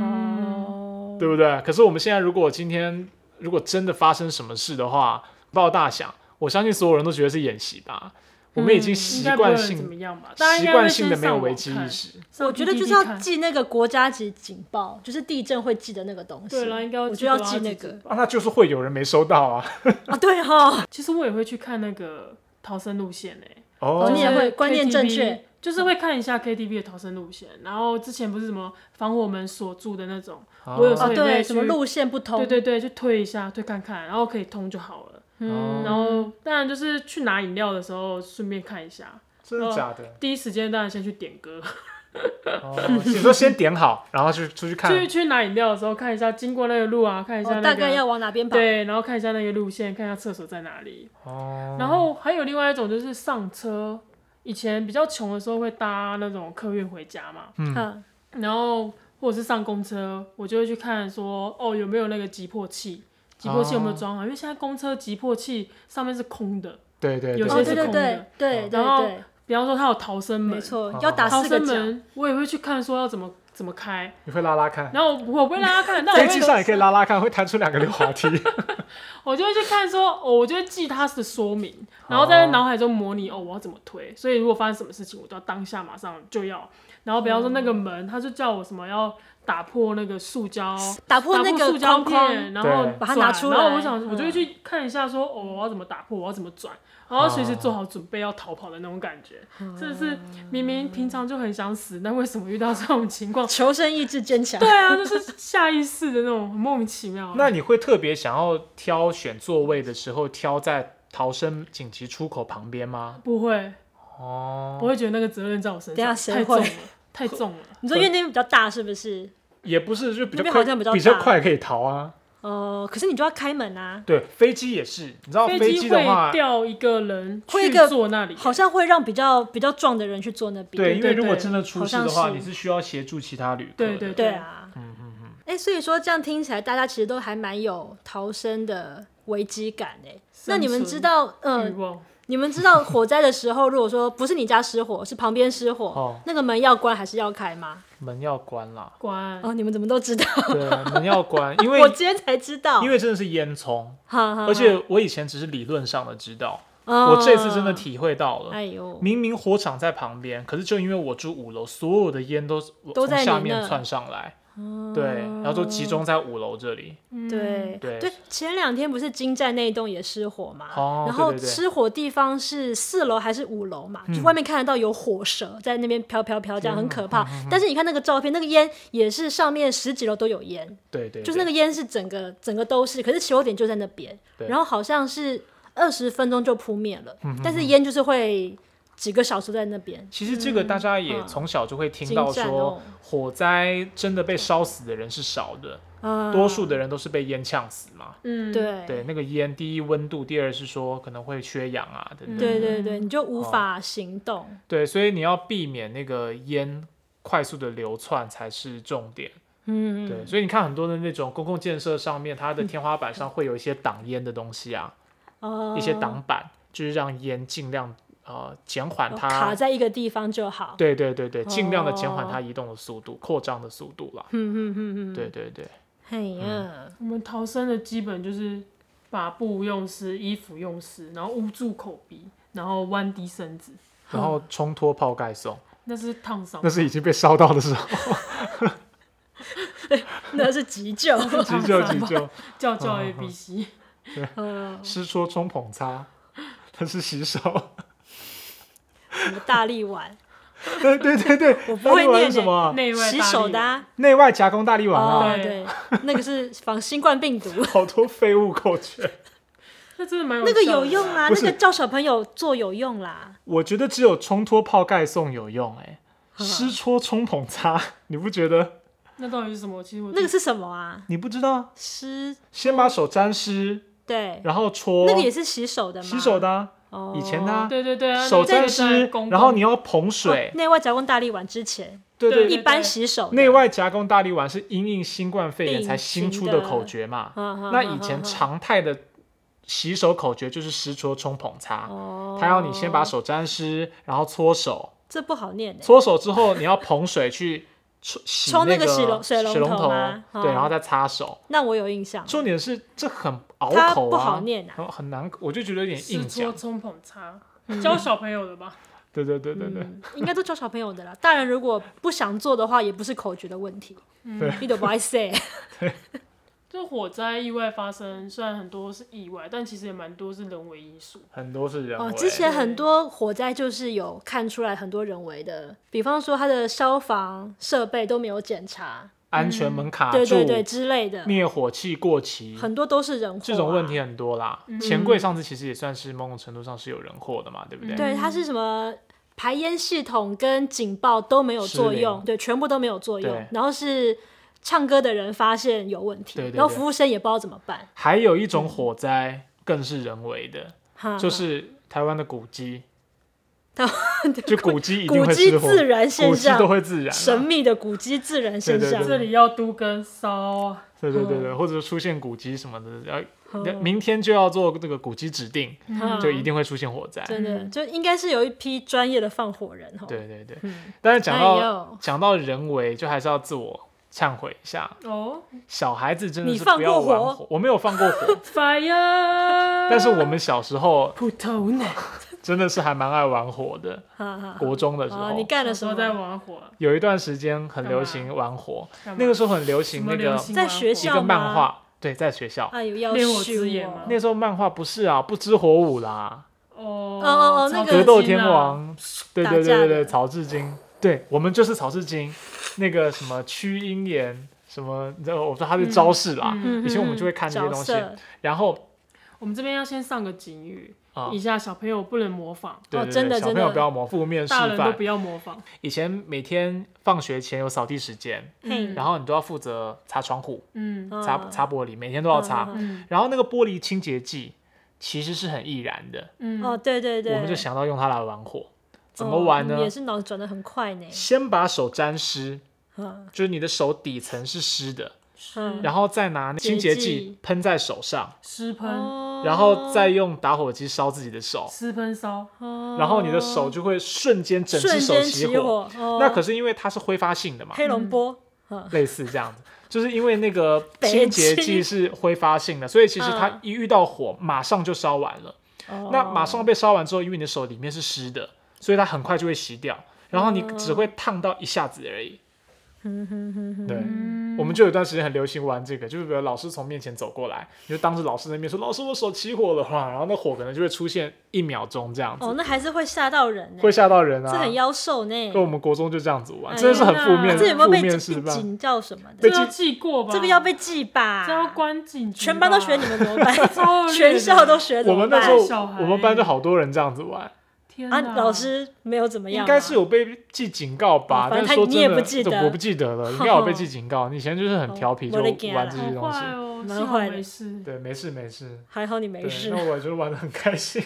Speaker 4: 哦，
Speaker 3: 对不对？可是我们现在如果今天如果真的发生什么事的话，爆大响，我相信所有人都觉得是演习吧。我们已经
Speaker 2: 嗯应
Speaker 3: 习
Speaker 2: 该不会
Speaker 3: 惯
Speaker 2: 有人怎么
Speaker 3: 性
Speaker 2: 样吧？大家应
Speaker 3: 习
Speaker 2: 该会
Speaker 3: 惯性
Speaker 2: 先
Speaker 3: 的没有
Speaker 2: 上
Speaker 3: 危
Speaker 2: 网
Speaker 3: 机意
Speaker 2: 看，
Speaker 3: 识。
Speaker 4: 我觉得就是要记那个国家级警报，就是地震会记得那个东西。
Speaker 2: 对啦，应该
Speaker 4: 我
Speaker 2: 记
Speaker 4: 就要
Speaker 2: 得
Speaker 4: 记
Speaker 2: 要
Speaker 4: 那
Speaker 2: 记
Speaker 4: 个
Speaker 2: 警报
Speaker 3: 啊，那就是会有人没收到啊。
Speaker 4: 啊，对哈，
Speaker 2: 其实我也会去看那个逃生路线诶、
Speaker 4: 哦
Speaker 3: 哦
Speaker 4: 你也会
Speaker 2: 就是
Speaker 4: 观念
Speaker 2: KTV
Speaker 4: 正确，
Speaker 2: 就是会看一下 KTV 的逃生路线。然后之前不是什么防火门锁住的那种，我有时
Speaker 4: 哦
Speaker 2: 候也
Speaker 4: 对，
Speaker 2: 会
Speaker 4: 什么
Speaker 2: 去
Speaker 4: 路线不通，
Speaker 2: 对对对，就推一下，推看看，然后可以通就好了。
Speaker 3: 嗯
Speaker 2: 然后当然就是去拿饮料的时候顺便看一下，
Speaker 3: 真的假 的？
Speaker 2: 第一时间当然先去点歌，
Speaker 3: 哦，你说先点好，然后去出去看。
Speaker 2: 去去拿饮料的时候看一下经过那个路啊，看一下那
Speaker 4: 哦，
Speaker 2: 个、
Speaker 4: 大概要往哪边跑？
Speaker 2: 对，然后看一下那个路线，看一下厕所在哪里。
Speaker 3: 哦，
Speaker 2: 然后还有另外一种就是上车，以前比较穷的时候会搭那种客运回家嘛，
Speaker 3: 嗯，
Speaker 4: 嗯，
Speaker 2: 然后或者是上公车，我就会去看说哦有没有那个急迫器，急迫器有没有
Speaker 3: 哦
Speaker 2: 装好，因为现在公车急迫器上面是空的，
Speaker 3: 对对
Speaker 2: 有
Speaker 4: 哦，
Speaker 2: 些
Speaker 4: 对
Speaker 2: 是
Speaker 4: 对
Speaker 2: 空
Speaker 4: 对
Speaker 2: 的哦
Speaker 4: 对对
Speaker 2: 然后嗯
Speaker 4: 对，
Speaker 2: 比方说它有逃生门，
Speaker 4: 没错
Speaker 3: 哦，
Speaker 4: 要打
Speaker 2: 逃
Speaker 4: 四个
Speaker 2: 生
Speaker 4: 角。
Speaker 2: 门我也会去看说要怎么怎么开，
Speaker 3: 你会拉拉看，
Speaker 2: 然后我我不会让他看，但我
Speaker 3: 飞机上
Speaker 2: 会
Speaker 3: 也可以拉拉看，会弹出两个 溜滑梯。
Speaker 2: 我就会去看说哦，我就会记它的说明，然后在脑海中模拟哦我要怎么推，所以如果发生什么事情，我都要当下马上就要，然后比方说
Speaker 3: 嗯
Speaker 2: 那个门，他就叫我什么要打破那个塑胶。
Speaker 4: 打破那
Speaker 2: 打破
Speaker 4: 个
Speaker 2: 塑胶
Speaker 4: 框
Speaker 2: 片，
Speaker 4: 框，
Speaker 2: 然后
Speaker 3: 对
Speaker 4: 把它
Speaker 2: 转
Speaker 4: 拿出来
Speaker 2: 然后我想，
Speaker 4: 嗯
Speaker 2: 我就会去看一下说，哦，我要怎么打破，我要怎么转，然后
Speaker 3: 哦
Speaker 2: 随时做好准备要逃跑的那种感觉。
Speaker 4: 嗯
Speaker 2: 真的是明明平常就很想死，但为什么遇到这种情 况？
Speaker 4: 求生意志坚强
Speaker 2: 对。啊，就是下意识的那种，很莫名其妙。
Speaker 3: 那你会特别想要挑选座位的时候，挑在逃生紧急出口旁边吗？
Speaker 2: 不会，
Speaker 3: 哦，
Speaker 2: 我会觉得那个责任在我身
Speaker 4: 等一下
Speaker 2: 上，太
Speaker 4: 谁
Speaker 2: 重
Speaker 4: 会
Speaker 2: 了，太重了。
Speaker 4: 你说因为那边比较大，是不是？
Speaker 3: 也不是，就比
Speaker 4: 那
Speaker 3: 较
Speaker 4: 边
Speaker 3: 快，
Speaker 4: 好像比较大
Speaker 3: 快可以逃啊。
Speaker 4: 哦，可是你就要开门啊，
Speaker 3: 对，飞机也是，你知道飞
Speaker 2: 机
Speaker 3: 的话
Speaker 2: 会，掉一个人
Speaker 4: 会一
Speaker 2: 去
Speaker 4: 个
Speaker 2: 坐那里，
Speaker 4: 好像会让比较比较壮的人去坐那边。
Speaker 3: 对，因为
Speaker 2: 对
Speaker 3: 如果
Speaker 2: 对
Speaker 3: 真的出
Speaker 4: 好
Speaker 3: 事的
Speaker 4: 像
Speaker 3: 话，
Speaker 4: 是
Speaker 3: 你是需要协助其他旅客
Speaker 2: 对
Speaker 3: 的
Speaker 2: 对
Speaker 4: 对啊，嗯嗯嗯。哎，所以说这样听起来，大家其实都还蛮有逃生的危机感哎。那你们知道，
Speaker 2: 欲
Speaker 4: 嗯，
Speaker 2: 望。，
Speaker 4: 你们知道火灾的时候，如果说不是你家失火，是旁边失火，
Speaker 3: 哦
Speaker 4: 那个门要关还是要开吗？
Speaker 3: 门要关啦
Speaker 2: 关，
Speaker 4: 哦，你们怎么都知道？
Speaker 3: 对，门要关，因为
Speaker 4: 我今天才知道，嗯
Speaker 3: 因为真的是烟囱，
Speaker 4: 哈哈哈
Speaker 3: 而且我以前只是理论上的知道，
Speaker 4: 我
Speaker 3: 我这次真的，体会到了。
Speaker 4: 嗯哎呦，
Speaker 3: 明明火场在旁边，可是就因为我住五楼，所有的烟都从
Speaker 4: 都在你
Speaker 3: 下面
Speaker 4: 那哦
Speaker 3: 窜上来，对，然后都集中在五楼这里。
Speaker 4: 对
Speaker 3: 对
Speaker 4: 前两天不是金站那一栋也失火嘛，
Speaker 3: 哦
Speaker 4: 然后
Speaker 3: 对对嗯对
Speaker 4: 失火地方是四楼还是五楼嘛，就外面看得到有火舌在那边飘飘飘，这样很可
Speaker 3: 嗯
Speaker 4: 怕。但是你看那个照片，那个烟也是上面十几楼都有烟，
Speaker 3: 对对，
Speaker 4: 就是那
Speaker 3: 个
Speaker 4: 个烟是整个整个都是，可是起火点就在那边，
Speaker 3: 对嗯
Speaker 4: 然后好像是二十分钟就扑灭了，但是烟就是会几个小时在那边。
Speaker 3: 其实这个大家也
Speaker 4: 嗯
Speaker 3: 从小就会听
Speaker 4: 精
Speaker 3: 到
Speaker 4: 湛
Speaker 3: 说
Speaker 4: 哦，
Speaker 3: 火灾真的被烧死的人是少的，
Speaker 4: 啊，
Speaker 3: 多数的人都是被烟呛死嘛。
Speaker 2: 嗯，
Speaker 4: 对
Speaker 3: 对，那个烟，第一温度，第二是说可能会缺氧啊等等。
Speaker 4: 对
Speaker 2: 嗯
Speaker 4: 对对，你就无法行动。
Speaker 3: 对，所以你要避免那个烟快速的流窜才是重点。
Speaker 4: 嗯，
Speaker 3: 对，所以你看很多的那种公共建设上面，它的天花板上会有一些挡烟的东西啊，
Speaker 4: 哦，
Speaker 3: 一些挡板，就是让烟尽量呃减缓
Speaker 4: 哦
Speaker 3: 它
Speaker 4: 卡。在一个地方就好。
Speaker 3: 对对对对，尽量的减缓
Speaker 4: 哦
Speaker 3: 它移动的速度、扩张的速度啦。
Speaker 4: 嗯嗯嗯嗯，
Speaker 3: 对，对对，
Speaker 4: 嘿
Speaker 3: 嗯
Speaker 4: 呀，
Speaker 2: 我们逃生的基本就是把布用湿，衣服用湿，然后捂住口鼻，然后弯低身子，
Speaker 3: 然后冲脱泡盖送，
Speaker 2: 那是烫伤
Speaker 3: 那。是已经被烧到的时候，
Speaker 4: 哦那是急救。
Speaker 3: 急救急救，
Speaker 2: 叫叫
Speaker 3: 啊
Speaker 2: A B C，
Speaker 4: 嗯，
Speaker 3: 是说冲捧擦，那是洗手。
Speaker 4: 什么大力丸，
Speaker 3: 对对对对，
Speaker 4: 我不会
Speaker 3: 大力丸
Speaker 4: 念
Speaker 3: 是什
Speaker 4: 欸
Speaker 3: 么啊？
Speaker 2: 内外
Speaker 4: 洗
Speaker 2: 搭
Speaker 4: 手
Speaker 2: 力
Speaker 4: 的啊。
Speaker 3: 内外夹攻大力丸啊，
Speaker 4: 哦，对，那个是防新冠病毒，
Speaker 3: 好多废物口诀。
Speaker 2: 那真的蛮有
Speaker 4: 那个
Speaker 2: 效
Speaker 4: 有
Speaker 2: 的
Speaker 4: 用啊，
Speaker 3: 不
Speaker 4: 那
Speaker 3: 是
Speaker 4: 个叫小朋友做有用啦。
Speaker 3: 我觉得只有冲脱泡盖送有用、欸， 哎，
Speaker 4: 嗯
Speaker 3: 湿搓冲捧擦，你不觉得？
Speaker 2: 那到底是什么？其实
Speaker 3: 嗯
Speaker 2: 我
Speaker 4: 那个是什么啊？
Speaker 3: 你不知道？
Speaker 4: 湿
Speaker 3: 先把手沾湿，
Speaker 4: 对，
Speaker 3: 然后搓，
Speaker 4: 那个也是洗手的吗？
Speaker 3: 洗手的啊、
Speaker 4: 哦，
Speaker 3: 以前的啊、
Speaker 2: 对对对啊，
Speaker 3: 手
Speaker 2: 那个
Speaker 3: 沾
Speaker 2: 在
Speaker 3: 湿
Speaker 2: 公，
Speaker 3: 然
Speaker 2: 共
Speaker 3: 后你要捧水，
Speaker 4: 哦内外夹攻大力丸之前，
Speaker 3: 对
Speaker 2: 对
Speaker 3: 对
Speaker 4: 一
Speaker 3: 对。
Speaker 4: 般洗手的
Speaker 3: 内外夹攻大力丸是因应新冠肺炎才新出的
Speaker 4: 病情的
Speaker 3: 口诀嘛？
Speaker 4: 嗯嗯
Speaker 3: 那
Speaker 4: 嗯
Speaker 3: 以前
Speaker 4: 嗯
Speaker 3: 常态的洗手口诀就是湿搓冲捧擦，
Speaker 4: 哦，
Speaker 3: 他要你先把手沾湿，然后搓手，
Speaker 4: 这不好念欸
Speaker 3: 搓手之后你要捧水去冲洗
Speaker 4: 冲那
Speaker 3: 个
Speaker 4: 个水龙水龙
Speaker 3: 龙
Speaker 4: 头吗
Speaker 3: 头
Speaker 4: 哦
Speaker 3: 对，然后再擦手。
Speaker 4: 那我有印象，
Speaker 3: 重点是这很拗
Speaker 4: 它
Speaker 3: 口啊，
Speaker 4: 不好念啊
Speaker 3: 很很难，我就觉得有点
Speaker 2: 湿
Speaker 3: 硬
Speaker 2: 搓
Speaker 3: 讲。
Speaker 2: 冲捧擦，教小朋友的吧？
Speaker 3: 对对对对对，
Speaker 4: 嗯，应该都教小朋友的啦。大人如果不想做的话，也不是口诀的问题，
Speaker 3: 对
Speaker 4: 你都不 爱 say。
Speaker 2: 就火灾意外发生，虽然很多是意外，但其实也蛮多是人为因素。
Speaker 3: 很多是人为。
Speaker 4: 哦，之前很多火灾就是有看出来很多人为的，比方说它的消防设备都没有检查，
Speaker 3: 安全门卡住，
Speaker 4: 嗯对对对之类的，
Speaker 3: 灭火器过期，
Speaker 4: 很多都是人祸、啊。嗯
Speaker 3: 这种问题，很多啦。钱柜上次其实也算是某种程度上是有人祸的嘛，对不对？
Speaker 4: 嗯对，它是什么排烟系统跟警报都没有作
Speaker 3: 失灵
Speaker 4: 用，对，全部都没有作用
Speaker 3: 对。
Speaker 4: 然后是唱歌的人发现有问题，
Speaker 3: 对对对
Speaker 4: 然后服务生也不知道怎么办，
Speaker 3: 还有一
Speaker 4: 嗯
Speaker 3: 种火灾更是人为的，
Speaker 4: 哈
Speaker 3: 就是台湾的古 迹，
Speaker 4: 哈
Speaker 3: 就古迹一定
Speaker 4: 古
Speaker 3: 会
Speaker 4: 迹
Speaker 3: 失火，
Speaker 4: 自然现
Speaker 3: 古迹
Speaker 4: 象，
Speaker 3: 都会自然、
Speaker 4: 神
Speaker 3: 啊，
Speaker 4: 秘的古迹自然现象。
Speaker 2: 这里要都跟烧啊，
Speaker 3: 对对对对，或者出现古迹什么的，然后
Speaker 4: 嗯
Speaker 3: 明天就要做这个古迹指定，
Speaker 4: 嗯
Speaker 3: 就一定会出现火灾。
Speaker 4: 真的，就应该是有一批专业的放火人哈。
Speaker 3: 对对对，但是讲
Speaker 4: 哎
Speaker 3: 到
Speaker 4: 呦
Speaker 3: 讲到人为，就还是要自我忏悔一下。
Speaker 2: 哦，
Speaker 3: 小孩子真的
Speaker 4: 你
Speaker 3: 是
Speaker 4: 放
Speaker 3: 不要
Speaker 4: 过
Speaker 3: 玩
Speaker 4: 火
Speaker 3: 火，我没有放过火
Speaker 2: ，fire！
Speaker 3: 但是我们小时候
Speaker 2: 普通呢，
Speaker 3: 真的是还蛮爱玩火 的。
Speaker 4: 哈哈
Speaker 3: 国中的时
Speaker 4: 啊，
Speaker 3: 候
Speaker 4: 你，干
Speaker 2: 那
Speaker 4: 了什
Speaker 2: 时候
Speaker 4: 么？
Speaker 2: 在玩火，啊
Speaker 3: 有一段时间很流行玩火，那个时候很流行那个
Speaker 4: 在学
Speaker 3: 一
Speaker 4: 校
Speaker 3: 个
Speaker 4: 吗
Speaker 3: 漫画，对，在学校
Speaker 4: 哎呦，要
Speaker 2: 练我
Speaker 4: 羞
Speaker 2: 之眼
Speaker 4: 哦
Speaker 2: 吗
Speaker 3: 那时候漫画不是啊，不知火舞啦，
Speaker 2: 哦
Speaker 4: 哦哦哦那个
Speaker 3: 格斗天，王，对对
Speaker 4: 打
Speaker 3: 对对
Speaker 4: 架
Speaker 3: 对，
Speaker 4: 的
Speaker 3: 曹志金，对我们就是曹志金，那个什么屈英妍，什么，你知道，我说他是招式啦，
Speaker 2: 嗯
Speaker 4: 嗯
Speaker 3: 以前我们就会看这些
Speaker 4: 角
Speaker 3: 东西
Speaker 4: 色
Speaker 3: 然后
Speaker 2: 我们这边要先上个警语，
Speaker 3: 啊，
Speaker 2: 以下小朋友不能模仿，
Speaker 3: 对
Speaker 4: 哦
Speaker 3: 对
Speaker 4: 真
Speaker 3: 对，
Speaker 4: 的
Speaker 3: 小
Speaker 4: 真
Speaker 3: 朋友
Speaker 4: 的
Speaker 3: 不要模负面示
Speaker 2: 大人都
Speaker 3: 范
Speaker 2: 不。要模仿。
Speaker 3: 以前每天放学前有扫地时间，
Speaker 4: 嘿
Speaker 3: 嗯然后你都要负责擦窗户、
Speaker 2: 嗯
Speaker 4: 嗯
Speaker 3: 擦擦玻璃，每天都要擦。
Speaker 2: 嗯
Speaker 3: 然后那个玻璃清洁剂其实是很易燃的，
Speaker 2: 嗯
Speaker 4: 哦，对对对，
Speaker 3: 我们就想到用它来玩火，怎么
Speaker 4: 哦
Speaker 3: 玩
Speaker 4: 你
Speaker 3: 呢
Speaker 4: 们？也是脑子转的很快呢。
Speaker 3: 先把手沾湿，
Speaker 4: 嗯
Speaker 3: 就是你的手底层是湿的，
Speaker 4: 嗯，
Speaker 3: 然后再拿清洁
Speaker 2: 洁
Speaker 3: 剂
Speaker 2: 剂
Speaker 3: 喷在手上，
Speaker 2: 湿喷
Speaker 4: 哦
Speaker 3: 然后再用打火机烧自己的手，
Speaker 2: 湿喷烧，
Speaker 3: 然后你的手就会瞬间整只
Speaker 4: 哦瞬
Speaker 3: 手
Speaker 4: 间
Speaker 3: 起
Speaker 4: 起
Speaker 3: 火。
Speaker 4: 火，哦
Speaker 3: 那可是因为它是挥发性的嘛，
Speaker 4: 黑龙波， 嗯
Speaker 3: 类似这样子，就是因为那个
Speaker 4: 北
Speaker 3: 清洁
Speaker 4: 京
Speaker 3: 剂是挥发性的，所以其实它
Speaker 4: 嗯哦
Speaker 3: 一遇到火，马上就烧完了。嗯那马上被烧完之后，因为你的手里面是湿的，所以它很快就会洗掉，然后你只会烫到一下子而已。
Speaker 4: 嗯
Speaker 3: 对，我们就有段时间很流行玩这个，就是比如老师从面前走过来，你就当着老师的面说：“老师，我手起火了。” 然后那火可能就会出现一秒钟这样子，
Speaker 4: 哦，那还是会吓到人呢
Speaker 3: 会，吓到人啊。
Speaker 4: 这很妖兽呢。
Speaker 3: 所以我们国中就这样子玩，
Speaker 4: 哎
Speaker 3: 真的是很负
Speaker 2: 那
Speaker 3: 面，
Speaker 4: 这有没有
Speaker 3: 负
Speaker 4: 被
Speaker 3: 面示
Speaker 4: 警
Speaker 3: 范。
Speaker 4: 警叫什么的？
Speaker 2: 这
Speaker 3: 被
Speaker 2: 要
Speaker 3: 记
Speaker 2: 记过吧？
Speaker 4: 这个要被记吧？
Speaker 2: 这要关警局吧，
Speaker 4: 全班都 学你们怎么办？
Speaker 2: 超恶劣的
Speaker 4: 全校都学怎
Speaker 3: 我
Speaker 4: 么
Speaker 3: 们那
Speaker 4: 办？
Speaker 3: 时候
Speaker 2: 小孩
Speaker 3: 我们班就好多人这样子玩，
Speaker 2: 天
Speaker 4: 啊，
Speaker 2: 哪
Speaker 4: 老师没有怎么
Speaker 3: 应
Speaker 4: 样、啊，
Speaker 3: 该是有被记警告吧？
Speaker 4: 哦反正
Speaker 3: 但
Speaker 4: 他
Speaker 3: 是说真的，
Speaker 4: 你也不记得
Speaker 3: 对我不记得了，应该有被记警 告。你以前就是很调皮，
Speaker 4: 哦
Speaker 3: 就
Speaker 4: 我的天啊
Speaker 3: 玩这些
Speaker 2: 好
Speaker 3: 东西。
Speaker 2: 坏哦，
Speaker 4: 蛮
Speaker 2: 幸好
Speaker 4: 坏的
Speaker 2: 没事。
Speaker 3: 对，没事没事，
Speaker 4: 还好你没
Speaker 3: 对，
Speaker 4: 事。
Speaker 3: 那我就玩的很开心。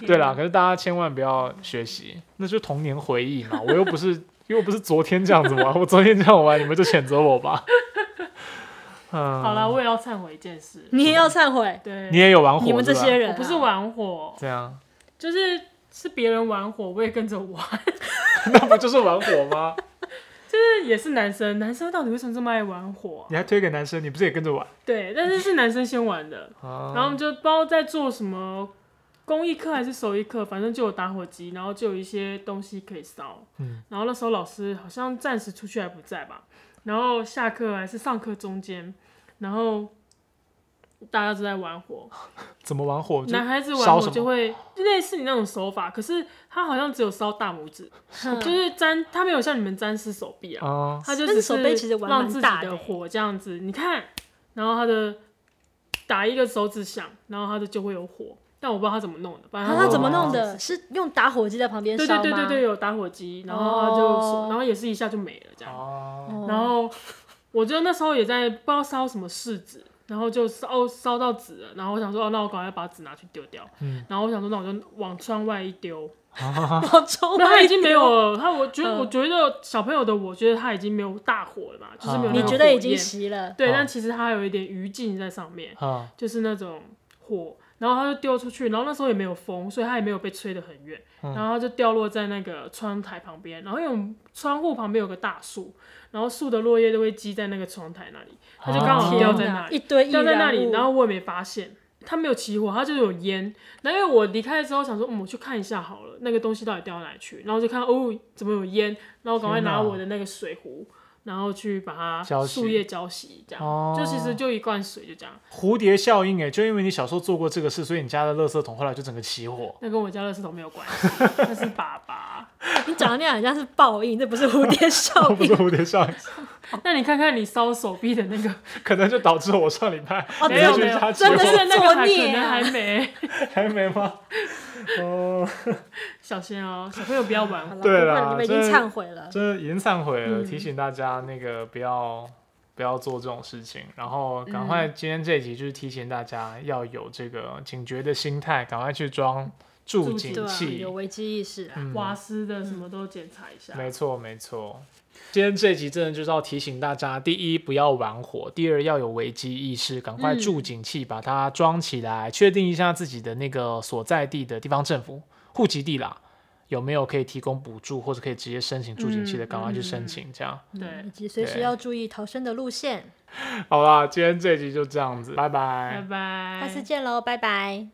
Speaker 3: 对
Speaker 2: 天
Speaker 3: 啦，
Speaker 2: 哪，
Speaker 3: 可是大家千万不要学习，那就童年回忆嘛。我又不是， 因为我不是昨天这样子玩，我昨天这样玩，你们就谴责我吧。 嗯，
Speaker 2: 好了，，我也要忏悔一件事。
Speaker 4: 你也要忏悔，
Speaker 2: 对，
Speaker 3: 你也有玩火，
Speaker 4: 嗯你们这
Speaker 3: 是吧
Speaker 4: 些人、
Speaker 2: 我不是，玩火，
Speaker 3: 这样，
Speaker 2: 就是是别人玩火，我也跟着玩。
Speaker 3: 那不就是玩火吗？
Speaker 2: 就是也是男生，男生到底为什么这么爱玩火啊、
Speaker 3: 你还推给男生，你不是也跟着玩？
Speaker 2: 对，但是是男生先玩的，
Speaker 3: 啊
Speaker 2: 然后我们就不知道在做什么公益课还是手艺课，反正就有打火机，然后就有一些东西可以烧。
Speaker 3: 嗯，
Speaker 2: 然后那时候老师好像暂时出去还不在吧，然后下课还是上课中间，然后大家都在玩火，
Speaker 3: 怎么玩火？哦就
Speaker 2: 男孩子
Speaker 3: 烧
Speaker 2: 玩
Speaker 3: 什
Speaker 2: 火
Speaker 3: 么
Speaker 2: 就会就类似你那种手法，可是他好像只有烧大拇指，
Speaker 4: 嗯
Speaker 2: 就是沾他没有像你们沾湿手臂啊，
Speaker 3: 啊，
Speaker 2: 他就
Speaker 4: 但是
Speaker 2: 只
Speaker 4: 手背其实
Speaker 2: 是
Speaker 4: 玩
Speaker 2: 让
Speaker 4: 蛮
Speaker 2: 自己
Speaker 4: 大的
Speaker 2: 的
Speaker 4: 欸
Speaker 2: 火这样子，你看，然后他的打一个手指响，然后他的就会有火，但我不知道他怎么弄的，反正
Speaker 4: 啊，
Speaker 2: 他
Speaker 4: 他
Speaker 2: 就
Speaker 4: 怎么弄的？是用打火机在旁边
Speaker 2: 对
Speaker 4: 烧
Speaker 2: 对
Speaker 4: 吗？
Speaker 2: 对对对，
Speaker 4: 对。
Speaker 2: 有打火机，然后他就、
Speaker 4: 哦
Speaker 2: 然后也是一下就没了这样，
Speaker 3: 哦，
Speaker 2: 然后我就那时候也在不知道烧什么柿子。然后就烧烧到纸了，然后我想说，哦，那我赶快把纸拿去丢掉。
Speaker 3: 嗯
Speaker 2: 然后我想说，那我就往窗外一丢，
Speaker 4: 往窗
Speaker 2: 那
Speaker 4: 外
Speaker 2: 他已经
Speaker 4: 丢
Speaker 2: 没有了，他我觉得、
Speaker 4: 嗯
Speaker 2: 我觉得小朋友的，我觉得他已经没有大火了嘛，就是没有
Speaker 3: 啊
Speaker 2: 那
Speaker 4: 你
Speaker 2: 个
Speaker 4: 觉得已
Speaker 2: 火
Speaker 4: 经
Speaker 2: 焰
Speaker 4: 熄了？
Speaker 2: 对，
Speaker 3: 啊
Speaker 2: 但其实它有一点余烬在上面，
Speaker 3: 啊，
Speaker 2: 就是那种火，然后它就丢出去，然后那时候也没有风，所以它也没有被吹得很远，
Speaker 3: 嗯
Speaker 2: 然后它就掉落在那个窗台旁边，然后因为我们窗户旁边有个大树，然后树的落叶都会积在那个窗台那里，它就刚好
Speaker 4: 哦
Speaker 3: 啊
Speaker 2: 掉在那
Speaker 4: 哪，
Speaker 2: 里，
Speaker 4: 一堆易
Speaker 2: 掉在那
Speaker 4: 燃
Speaker 2: 里，
Speaker 4: 物
Speaker 2: 然后我也没发现。它没有起火，它就有烟。然后因为我离开之后想说，嗯，我去看一下好了，那个东西到底掉到哪里去。然后就看，哦，怎么有烟？然后我赶快
Speaker 3: 天哪
Speaker 2: 拿我的那个水壶，然后去把
Speaker 3: 浇
Speaker 2: 它
Speaker 3: 熄
Speaker 2: 树叶浇熄，这样。
Speaker 3: 哦
Speaker 2: 就其实就一罐水就这样。
Speaker 3: 蝴蝶效应哎，就因为你小时候做过这个事，所以你家的垃圾桶后来就整个起火。
Speaker 2: 那跟我家垃圾桶没有关系，那是爸爸。
Speaker 4: 你长得那样，很像是报应，这不是蝴 蝶效
Speaker 3: 不
Speaker 4: 应
Speaker 3: 是蝴蝶效应，
Speaker 2: 那你看看你烧手臂的那个，
Speaker 3: 可能就导致我上礼拜
Speaker 4: 哦
Speaker 3: 没
Speaker 2: 没有
Speaker 3: 去
Speaker 2: 没
Speaker 3: 家
Speaker 2: 有，
Speaker 3: 起
Speaker 2: 真
Speaker 3: 火
Speaker 2: 的是那个还
Speaker 4: 作孽
Speaker 2: 可
Speaker 4: 啊
Speaker 2: 能还没，
Speaker 3: 还没吗？ 哦，
Speaker 2: 小心哦，小朋友不要玩
Speaker 4: 好
Speaker 2: 火。
Speaker 4: 啦
Speaker 3: 对啦
Speaker 4: 不管你们已经
Speaker 3: 这
Speaker 4: 忏悔了，
Speaker 3: 这已经忏悔了，
Speaker 2: 嗯
Speaker 3: 提醒大家那个不要不要做这种事情，然后赶快
Speaker 4: 嗯
Speaker 3: 今天这一集就是提醒大家要有这个警觉的心态，赶快去装助
Speaker 2: 助
Speaker 3: 警
Speaker 2: 警
Speaker 4: 对啊，
Speaker 3: 器
Speaker 4: 有。危机意识啊。
Speaker 3: 嗯
Speaker 2: 瓦斯的什么都检查一下。
Speaker 3: 没错，没错。今天这一集真的就是要提醒大家：第一，不要玩火；第二，要有危机意识，赶快
Speaker 4: 嗯
Speaker 3: 助警器把它装起来，确定一下自己的那个所在地的地方政府户籍地啦，有没有可以提供补助或者可以直接申请助警器的，
Speaker 2: 嗯
Speaker 3: 赶快去
Speaker 2: 嗯
Speaker 3: 申
Speaker 2: 嗯
Speaker 3: 请。这样
Speaker 2: 对
Speaker 4: 以，及随时
Speaker 3: 对
Speaker 4: 要注意逃生的路线。
Speaker 3: 好啦，今天这一集就这样子，拜拜
Speaker 2: 拜拜，
Speaker 4: 下次见喽，拜拜。